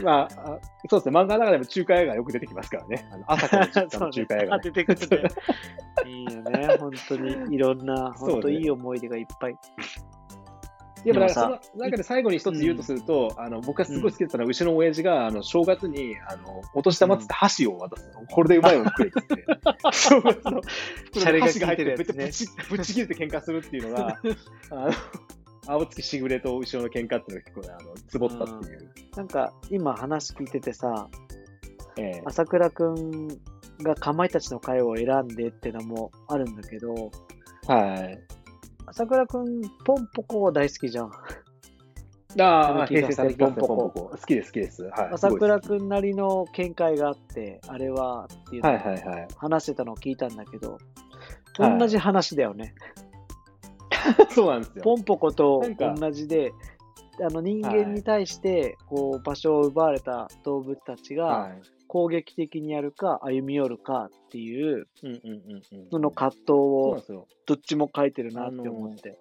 <laughs> まあ、あそうですね、漫画の中でも中華映画よく出てきますから <laughs> ね。あの朝から実家の中華映画、ね。 <laughs> そうねあ出てくるね。いいよね、本当に。いろんな、そうね本当いい思い出がいっぱい。でもだでもからさその中で最後に一つ言うとすると、あの僕がすごい好きだったのは、うちの親父があの正月にあのお年玉っつって箸を渡す <laughs> の、これでうまいもん食えっつって、正月のシャレが効箸いが入っててるるやぶつねちぶち切れて喧嘩するっていうのが、あの青月しぐれと後ろの喧嘩っていうのが結構ね、あのつぼったっていう。なんか今話聞いててさ、ええ朝倉くんがかまいたちの会を選んでってのもあるんだけど、はい。朝倉くん、ポンポコ大好きじゃん。ああ、狸が平成さんのポンポポコ。ン好きです、好きです。はい。朝倉すごいくんなりの見解があって、あれはっていう好きのはいをはいはい。話してたのを聞いたんだけど、はい同じ話だよね。 <laughs> そうなんですよ。ポンポコとなんか同じで、あの人はい間に対してこう場所を奪われた動物たちがはい。攻撃的にやるか歩み寄るかっていううんうんうんうん。その葛藤そうなんをですよ。どっちも書いてるなって思って。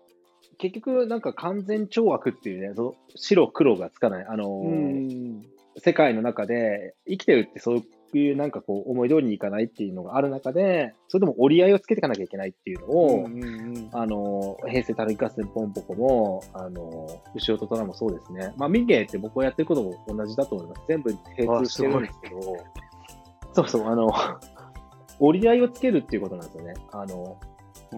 結局、なんか完全懲悪っていうね、その白黒がつかない、あのうーん世界の中で、生きてるってそういうなんかこう、思い通りにいかないっていうのがある中で、それでも折り合いをつけていかなきゃいけないっていうのを、うんうんうんあのー平成たるい合戦ポンポコも、あのー牛尾と虎もそうですね。まあ、民芸って僕はやってることも同じだと思います。全部並通してるんですけど、そうそう、あの、折り合いをつけるっていうことなんですよね。あの、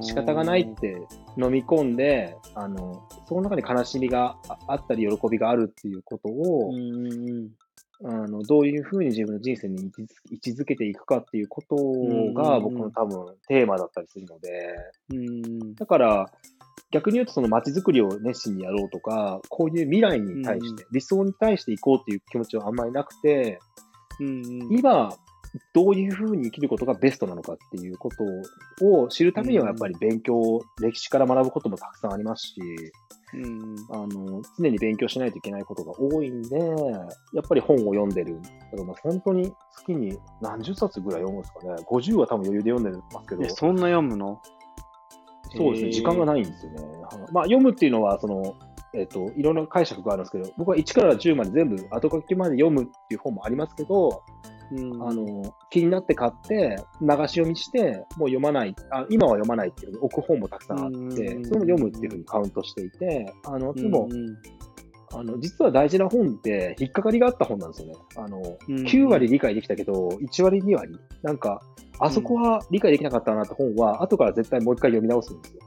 仕方がないって飲み込んで、あの、その中に悲しみがああったり、喜びがあるっていうことうを、んうんうんあのどういうふうに自分の人生に位置づ位置づけていくかっていうことうが、んうんうん僕の多分テーマだったりするので、うんだから、逆に言うと、その街づくりを熱心にやろうとか、こういう未来に対して、理想に対していこうっていう気持ちはあんまりなくて、うんうん今、どういうふうに生きることがベストなのかっていうことを知るためには、やっぱり勉強、歴史から学ぶこともたくさんありますし、うんあの常に勉強しないといけないことが多いんで、やっぱり本を読んでる。だからまあ本当に月に何十冊ぐらい読むんですかね。50は多分余裕で読んでますけどえ、そんな読むのそうですへね、ー時間がないんですよね。まあ、読むっていうのはその、えっといろんな解釈があるんですけど、僕は1から10まで全部、後書きまで読むっていう本もありますけど、うんあの気になって買って、流し読みして、もう読まないあ、今は読まないっていう置く本もたくさんあって、うんそれも読むっていうふうにカウントしていて、あのでも、うんうんあの実は大事な本って、引っかかりがあった本なんですよね。あのうんうん9割理解できたけど、1割、2割、なんか、あそこは理解できなかったなって本は、後から絶対もう一回読み直すんですよ。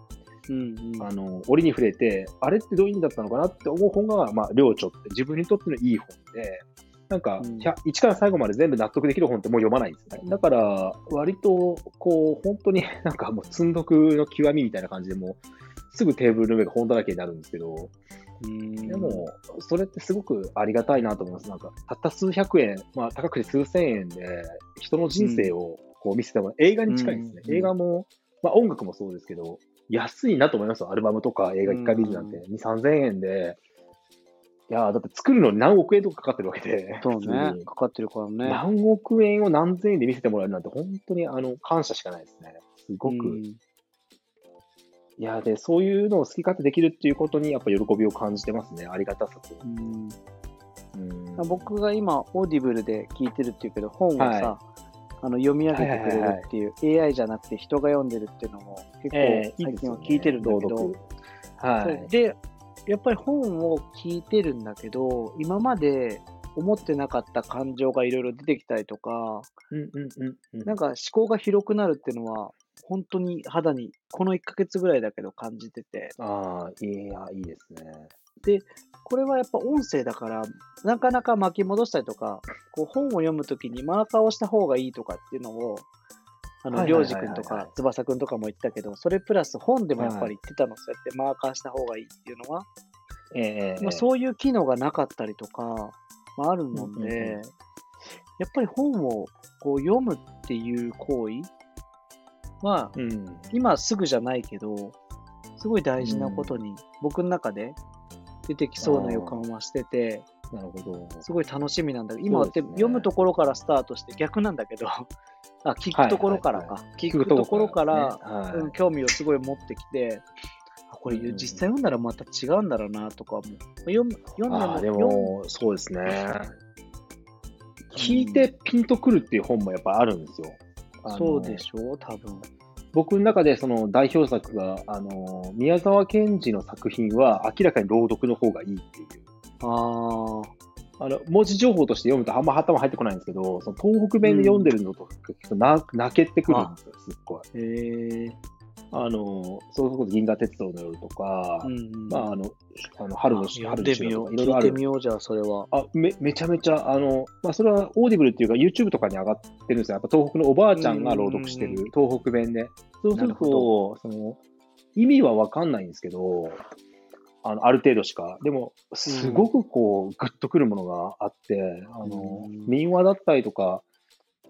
うんうんあの折に触れて、あれってどういう意味だったのかなって思う本が、まあ、領著って自分にとってのいい本で、なんか、うんひゃ一から最後まで全部納得できる本ってもう読まないんですね。だから、割と、こう、本当になんかもう積んどくの極みみたいな感じでもう、すぐテーブルの上が本だらけになるんですけど、うんでも、それってすごくありがたいなと思います。なんか、たった数百円、まあ、高くて数千円で、人の人生をこう見せてもらう、映画に近いですね。うん映画も、まあ、音楽もそうですけど、安いなと思いますよ。アルバムとか映画1回見るなんて、2、3000円で。いやーだって作るのに何億円とかかかってるわけで。そ普う通ねにかかってるからね何億円を何千円で見せてもらえるなんて、本当にあの感謝しかないですね。すごく。うんいやーで、そういうのを好き勝手できるっていうことに、やっぱ喜びを感じてますね。ありがたさと。うんうん僕が今オーディブルで聞いてるっていうけど本をさ、はあの読み上げてくれはいはいるはいっていう、AI じゃなくて人が読んでるっていうのも結え構えいい最です近はよね聞いてるんだけ朗ど、読はそうい。でやっぱり本を聞いてるんだけど今まで思ってなかった感情がいろいろ出てきたりとかうんうんうんうん。なんか思考が広くなるっていうのは本当に肌にこの1ヶ月ぐらいだけど感じててああ、いや、いいですね。これはやっぱ音声だから、なかなか巻き戻したりとか、こう本を読むときにマーカーをした方がいいとかっていうのを、あの、はいりはいはょういじはいくんとか、翼くんとかも言ったけど、それプラス本でもやっぱはりい言ってたの、そうやってマーカーした方がいいっていうのは、ええまあ、うそういう機能がなかったりとか、まあ、あるので、うんうんうんやっぱり本をこう読むっていう行為は、ええ。うん。今すぐじゃないけど、すごい大事なことに、僕の中で出てきそうな予感はしてて、なるほど。すごい楽しみなんだけど、今はそうですね読むところからスタートして逆なんだけど、 <laughs> あ聞くところからか、は聞くところから、はいうん興味をすごい持ってきて、あこれうんうんうん実際読んだらまた違うんだろうなとかも、読む読んであもあ、で読も、そうですね。聞いてピンとくるっていう本もやっぱあるんですよ。あむのそうでしょう、多分。僕の中でその代表作が、あの、宮沢賢治の作品は明らかに朗読の方がいいっていう。ああ。あの、文字情報として読むとあんま頭入ってこないんですけど、その東北弁で読んでるのとか聞くとな泣けてくるんですよ、すっごい。へえ。あの、それこそ銀河鉄道の夜とか、うん。まあ、あの、あの春の春の読んでみよう。いろいろ聞あいてるみよう、じゃあ、それは。あめめちゃめちゃ、あの、まあ、それはオーディブルっていうか YouTube とかに上がってるんですよ。やっぱ東北のおばあちゃんが朗読してうんうんる、東北弁で。そうすなるるほと、その、意味はわかんないんですけど、あの、ある程度しか。でも、すごくこう、グッとくるものがあって、あのうん、民話だったりとか、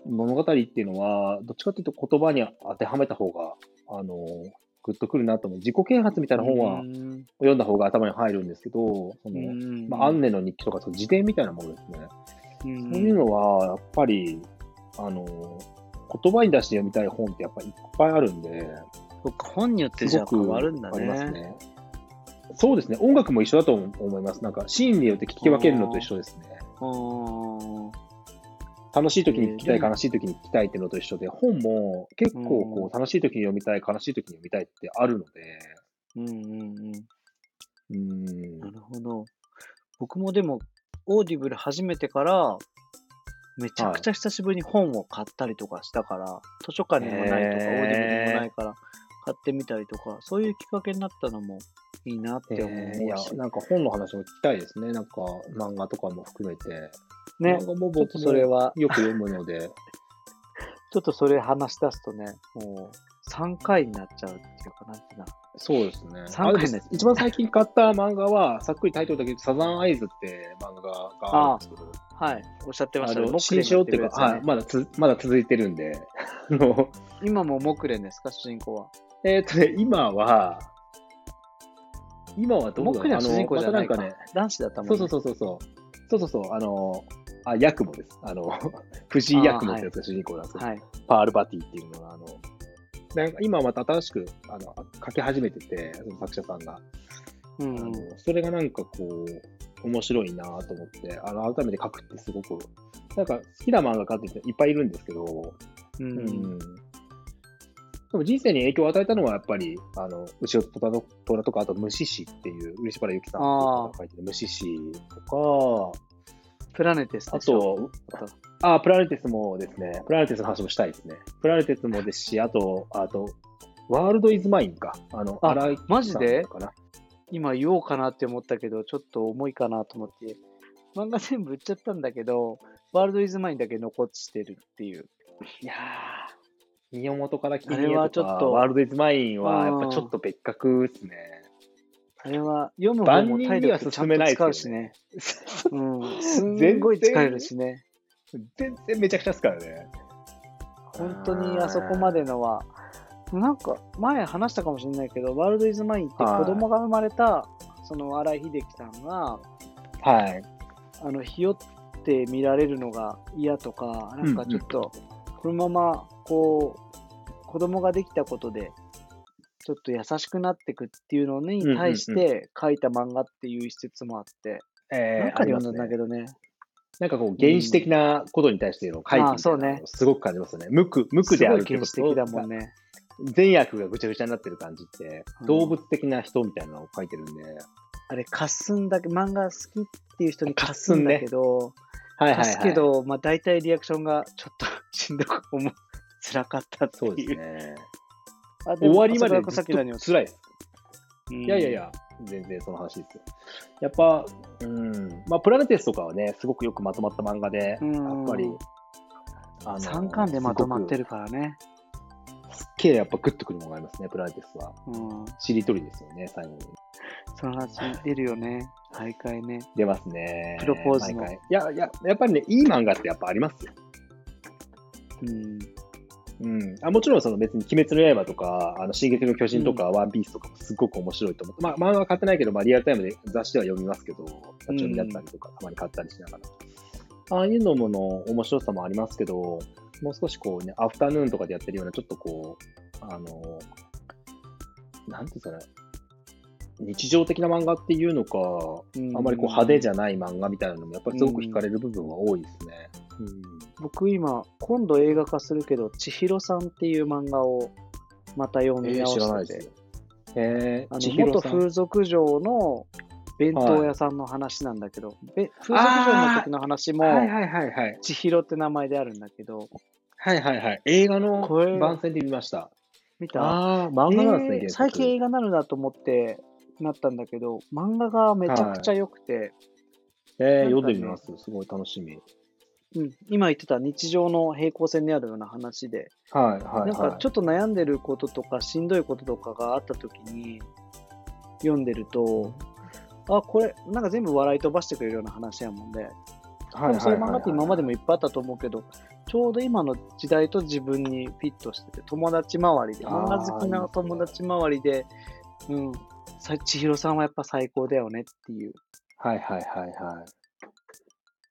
物語っていうのは、どっちかっていうと言葉に当てはめた方が、あの、グッとくるなと思う。自己啓発みたいな本はうん読んだ方が頭に入るんですけど、その、うんまあ、アンネの日記とか、その自伝みたいなものですね。うんそういうのは、やっぱり、あの、言葉に出して読みたい本ってやっぱりいっぱいあるんで、そっか本によってすじゃあごく変わるんだありますね。ね。そうですね。音楽も一緒だと思います。なんか、シーンによって聞き分けるのと一緒ですね。あー楽しい時に聞きたえい、ー悲しい時に聞きたいっていうのと一緒で、本も結構こう、楽しい時に読みたい、悲しい時に読みたいってあるので、うんうんうん。うんな。るほど。僕もでも、オーディブル始めてから、めちゃくちゃ久しぶりに本を買ったりとかしたから、図書館にもないとか、へーオーディブルにもないから、買ってみたりとか、そういうきっかけになったのもいいなっえて思ーいうやし、、なんか本の話も聞きたいですね。なんか、漫画とかも含めて。ね、漫ち画もょっ僕ともそれは、よく読むので。 <laughs> ちょっとそれ話し出すとね、もう3回になっちゃうっていうか、なんていうかな。そうですね。三回のやつあ一番最近買った漫画は、さっくりタイトルだけど、サザンアイズって漫画があるんですけど、はい、おっしゃってましたあね。の木蓮新章っていうやか、るやつはねい、まだつまだ続いてるんで、あの、 <laughs> 今も木蓮ですか、主人公は。えーっとね、今は、今はどうだろ木う蓮は主人公じゃないか。あのまたん男子だったもんそね。うそうそうそうそう。そうそうそう、あの、あ、ヤクモです。あの、 <laughs> 藤井ヤクモってやつが主人公なんですけど、はい。パールバティっていうのが、あの、なんか今また新しくあの書き始めてて、その作者さんが。うあんのそれがなんかこう、面白いなと思って、あの改めて書くってすごく、なんか好きな漫画家っていっぱいいるんですけど、う。うんでも人生に影響を与えたのはやっぱり、あの、牛尾虎の虎とか、あと虫師っていう、漆原由紀さんっていう方が書いてる虫師とか、プラネテスあでしょ。と、あと、あ、プラネテスもですね、プラネテスの話もしたいですね。プラネテスもですし、あと、あと、ワールドイズマインか。あの、あ荒井マジでさんかな。今言おうかなって思ったけど、ちょっと重いかなと思って、漫画全部売っちゃったんだけど、ワールドイズマインだけ残ってるっていう。いやー、宮本から聞いあれはちょっとワールドイズマインは、やっぱちょっと別格ですね。あれは読む方も体万人には力ちゃ勧んとめない使うですしよねね。 <laughs> うん。すんごい疲れるしね。全然めちゃくちゃですからね。本当にあそこまでのは、なんか前話したかもしれないけど、ワールドイズマインってはい子供が生まれた、その荒井秀樹さんが、はい。あのひよって見られるのが嫌とか、なんかちょっと、このままこう、子供ができたことで、ちょっと優しくなってくっていうのにうんうんうん対して書いた漫画っていう一節もあって、えー、なんかで読んだんあだりますねけどね、なんかこう、原始的なことに対しての回うんあー帰そうねすごく感じますよね。無垢、無垢すであごいる原始的だもんね。ね。善悪がぐちゃぐちゃになってる感じってう、ん動物的な人みたいなのを書いてるんで。あれ、かすんだけ、漫画好きっていう人にかかすすんんねだけど、はいはい、ではい。すけど、まあ、大体リアクションがちょっと <laughs> しんどく思う。辛かったってい。そううですね。あで終もわりまで朝倉ずさっっときのには辛いです。うんいやいやいや、全然その話ですよ。やっぱ、うん、まあ、プラネテスとかはね、すごくよくまとまった漫画で、やっうんぱり、あの三巻でまとまって。るからね。すごくすっげえやっぱグッとくるものがありますね、プラネテスは。うん。しりとりですよね、最後に。その話出る <laughs> よね。毎回ね。出ますね。プロポーズの毎回いや、いや、やっぱりね、いい漫画ってやっぱありますよ。うん。うん、あもちろんその別に「鬼滅の刃」とか「あの進撃の巨人」とか「ワンピースとかもすごく面白いと思って、まあ、漫画は買ってないけど、まあ、リアルタイムで雑誌では読みますけど立ち読みだったりとか、たまに買ったりしながらああいうのもの面白さもありますけどもう少しこうねアフタヌーンとかでやってるようなちょっとこうあのなんていうんですかね日常的な漫画っていうのか、あまりこう派手じゃゃない漫画みたいなのもやっぱりすごく惹かれる部分は多いですね。うん僕今、今度映画化するけど、千尋さんっていう漫画をまた読えみー直知らないしでててす。えー、あの千尋元さん風俗嬢の弁当屋さんの話なんだけど、べ風俗嬢の時の話も、はいはいはいはい。千尋って名前であるんだけど、はいはいはい。映画のこれ番宣で見ました。見たああー、漫画なんですね、えー原作最近映画になるなと思ってなったんだけど、漫画がめちゃくちゃ良くて、えーなんかね読んでみます。すごい楽しみ。うん、今言ってた日常の平行線にあるような話で、はいはいはい。なんかちょっと悩んでることとかしんどいこととかがあった時に読んでると、あ、これ、なんか全部笑い飛ばしてくれるような話やもんで、は多い分はいそうはいいうはい漫画って今までもいっぱいあったと思うけど、ちょうど今の時代と自分にフィットしてて、友達周りで、あー漫画好きいいなですね友達周りで、うん、さ千尋さんはやっぱ最高だよねっていう。はいはいはいはい。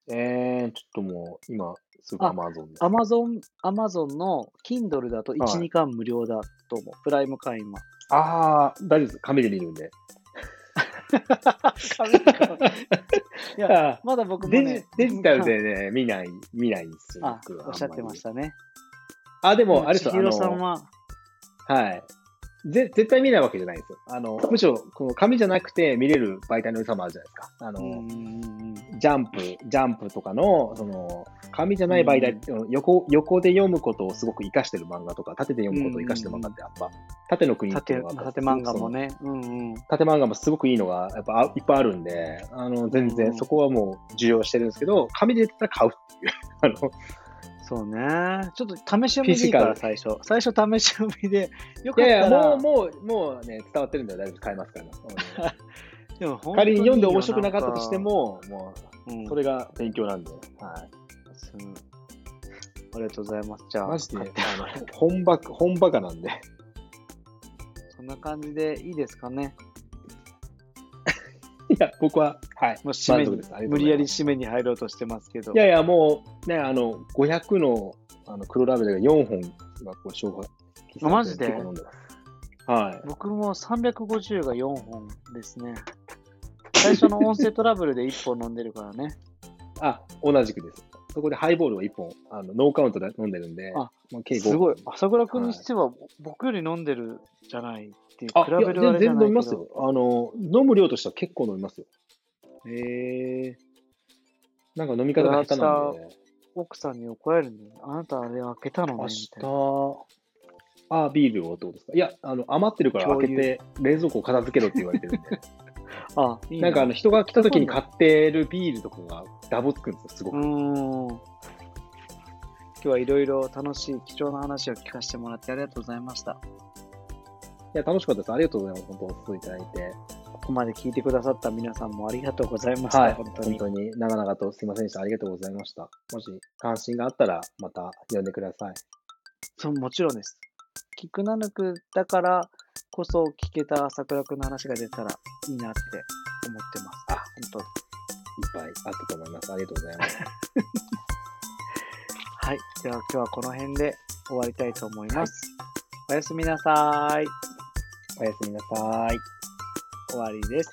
えー、ちょっともう、今、すぐあアマゾンです。アマゾン、アマゾンの Kindle だと1、はい2巻無料だと思う。プライム <laughs> 会員は。ああ、大丈夫です。紙で見るんで。いや、 <laughs> あまだー僕も、デジね、デジタルでね、見ない、見ないんですよ。あ僕は。。おっしゃってましたたね。あ、でも、あれです千よ、尋さんあは、の、はい。ぜ絶対見ないわけじゃないんですよ。あの、むしろ、この紙じゃなくて見れる媒体の良さもあるじゃないですか。あの、うんうんうんうんジャンプ、ジャンプとかの、その、紙じゃない媒体、横、横で読むことをすごく活かしてる漫画とか、縦で読むことを活かしてる漫画って、やっぱ、縦の国ってい縦うのが、縦漫画も。ね。うんうん。縦漫画もすごくいいのが、やっぱあいっぱいあるんで、あの、全う然んそこはもう重要してるんですけど、紙で出てたら買うっていう。 <laughs> そうね。ちょっと試し読みでいいからフィジ最初。最初試し読みで。よあの、いかったやいや、もら。う、もう、もうね、伝わってるんで大丈夫です。買いますから、でも本当仮にに読んで面白くなかったとして、も、もなんかうんう、それが勉強なんで。はい。そうありがとうございます。じゃあ、マジで、あ買のって、本場、本場かなんで。そんな感じでいいですかね。 <laughs> いや、僕は、はい。もう締満足ですありがめにとうございます無理やり締めに入ろうとしてますけど。いやいや、もう、ね、あの、500のあの黒ラベルが4本、今、こう、消化。あマジで結構飲んでますは僕も350が4本ですね。最初の音声トラブルで1本飲んでるからね。い。あ、同じくです。そこでハイボールを1本、あのノーカウントで飲んでるんで、あもう計す5ご本い。朝倉君にしては僕より飲んでるじゃないっていう。あ、比いやべるあ全れじ然ゃ飲ないみけますど。よ。あの、飲む量としては結構飲みますよ。へえなんか飲み方が下手なんで、奥さんに怒られるのあなたあれ開けたのね明み日たいな。、あ、ビールをってことですかいや、あの、余ってるから開けて、冷蔵庫を片付けろって言われてるんで。あ、 <laughs> いいなんかあの人が来た時に買ってるビールとかがダボつくんですよ、すごうく。ーん。今日はいろいろ楽しい貴重な話を聞かせてもらってありがとうございました。いや、楽しかったです。ありがとうございます。本当、お聞きいただいて。ここまで聞いてくださった皆さんもありがとうございました。はい、本本当当にに。長々とすいませんでした。ありがとうございました。もし関心があったら、また呼んでください。そう、もちろんです。キクナヌクだからこそ聞けた朝倉くんの話が出たらいいなって思ってます。あ本いっぱいあったと思います。ありがとうございます。当。はい。では今日はこの辺で終わりたいと思います。おやすみなさーい。おやすみなさい。終わりです。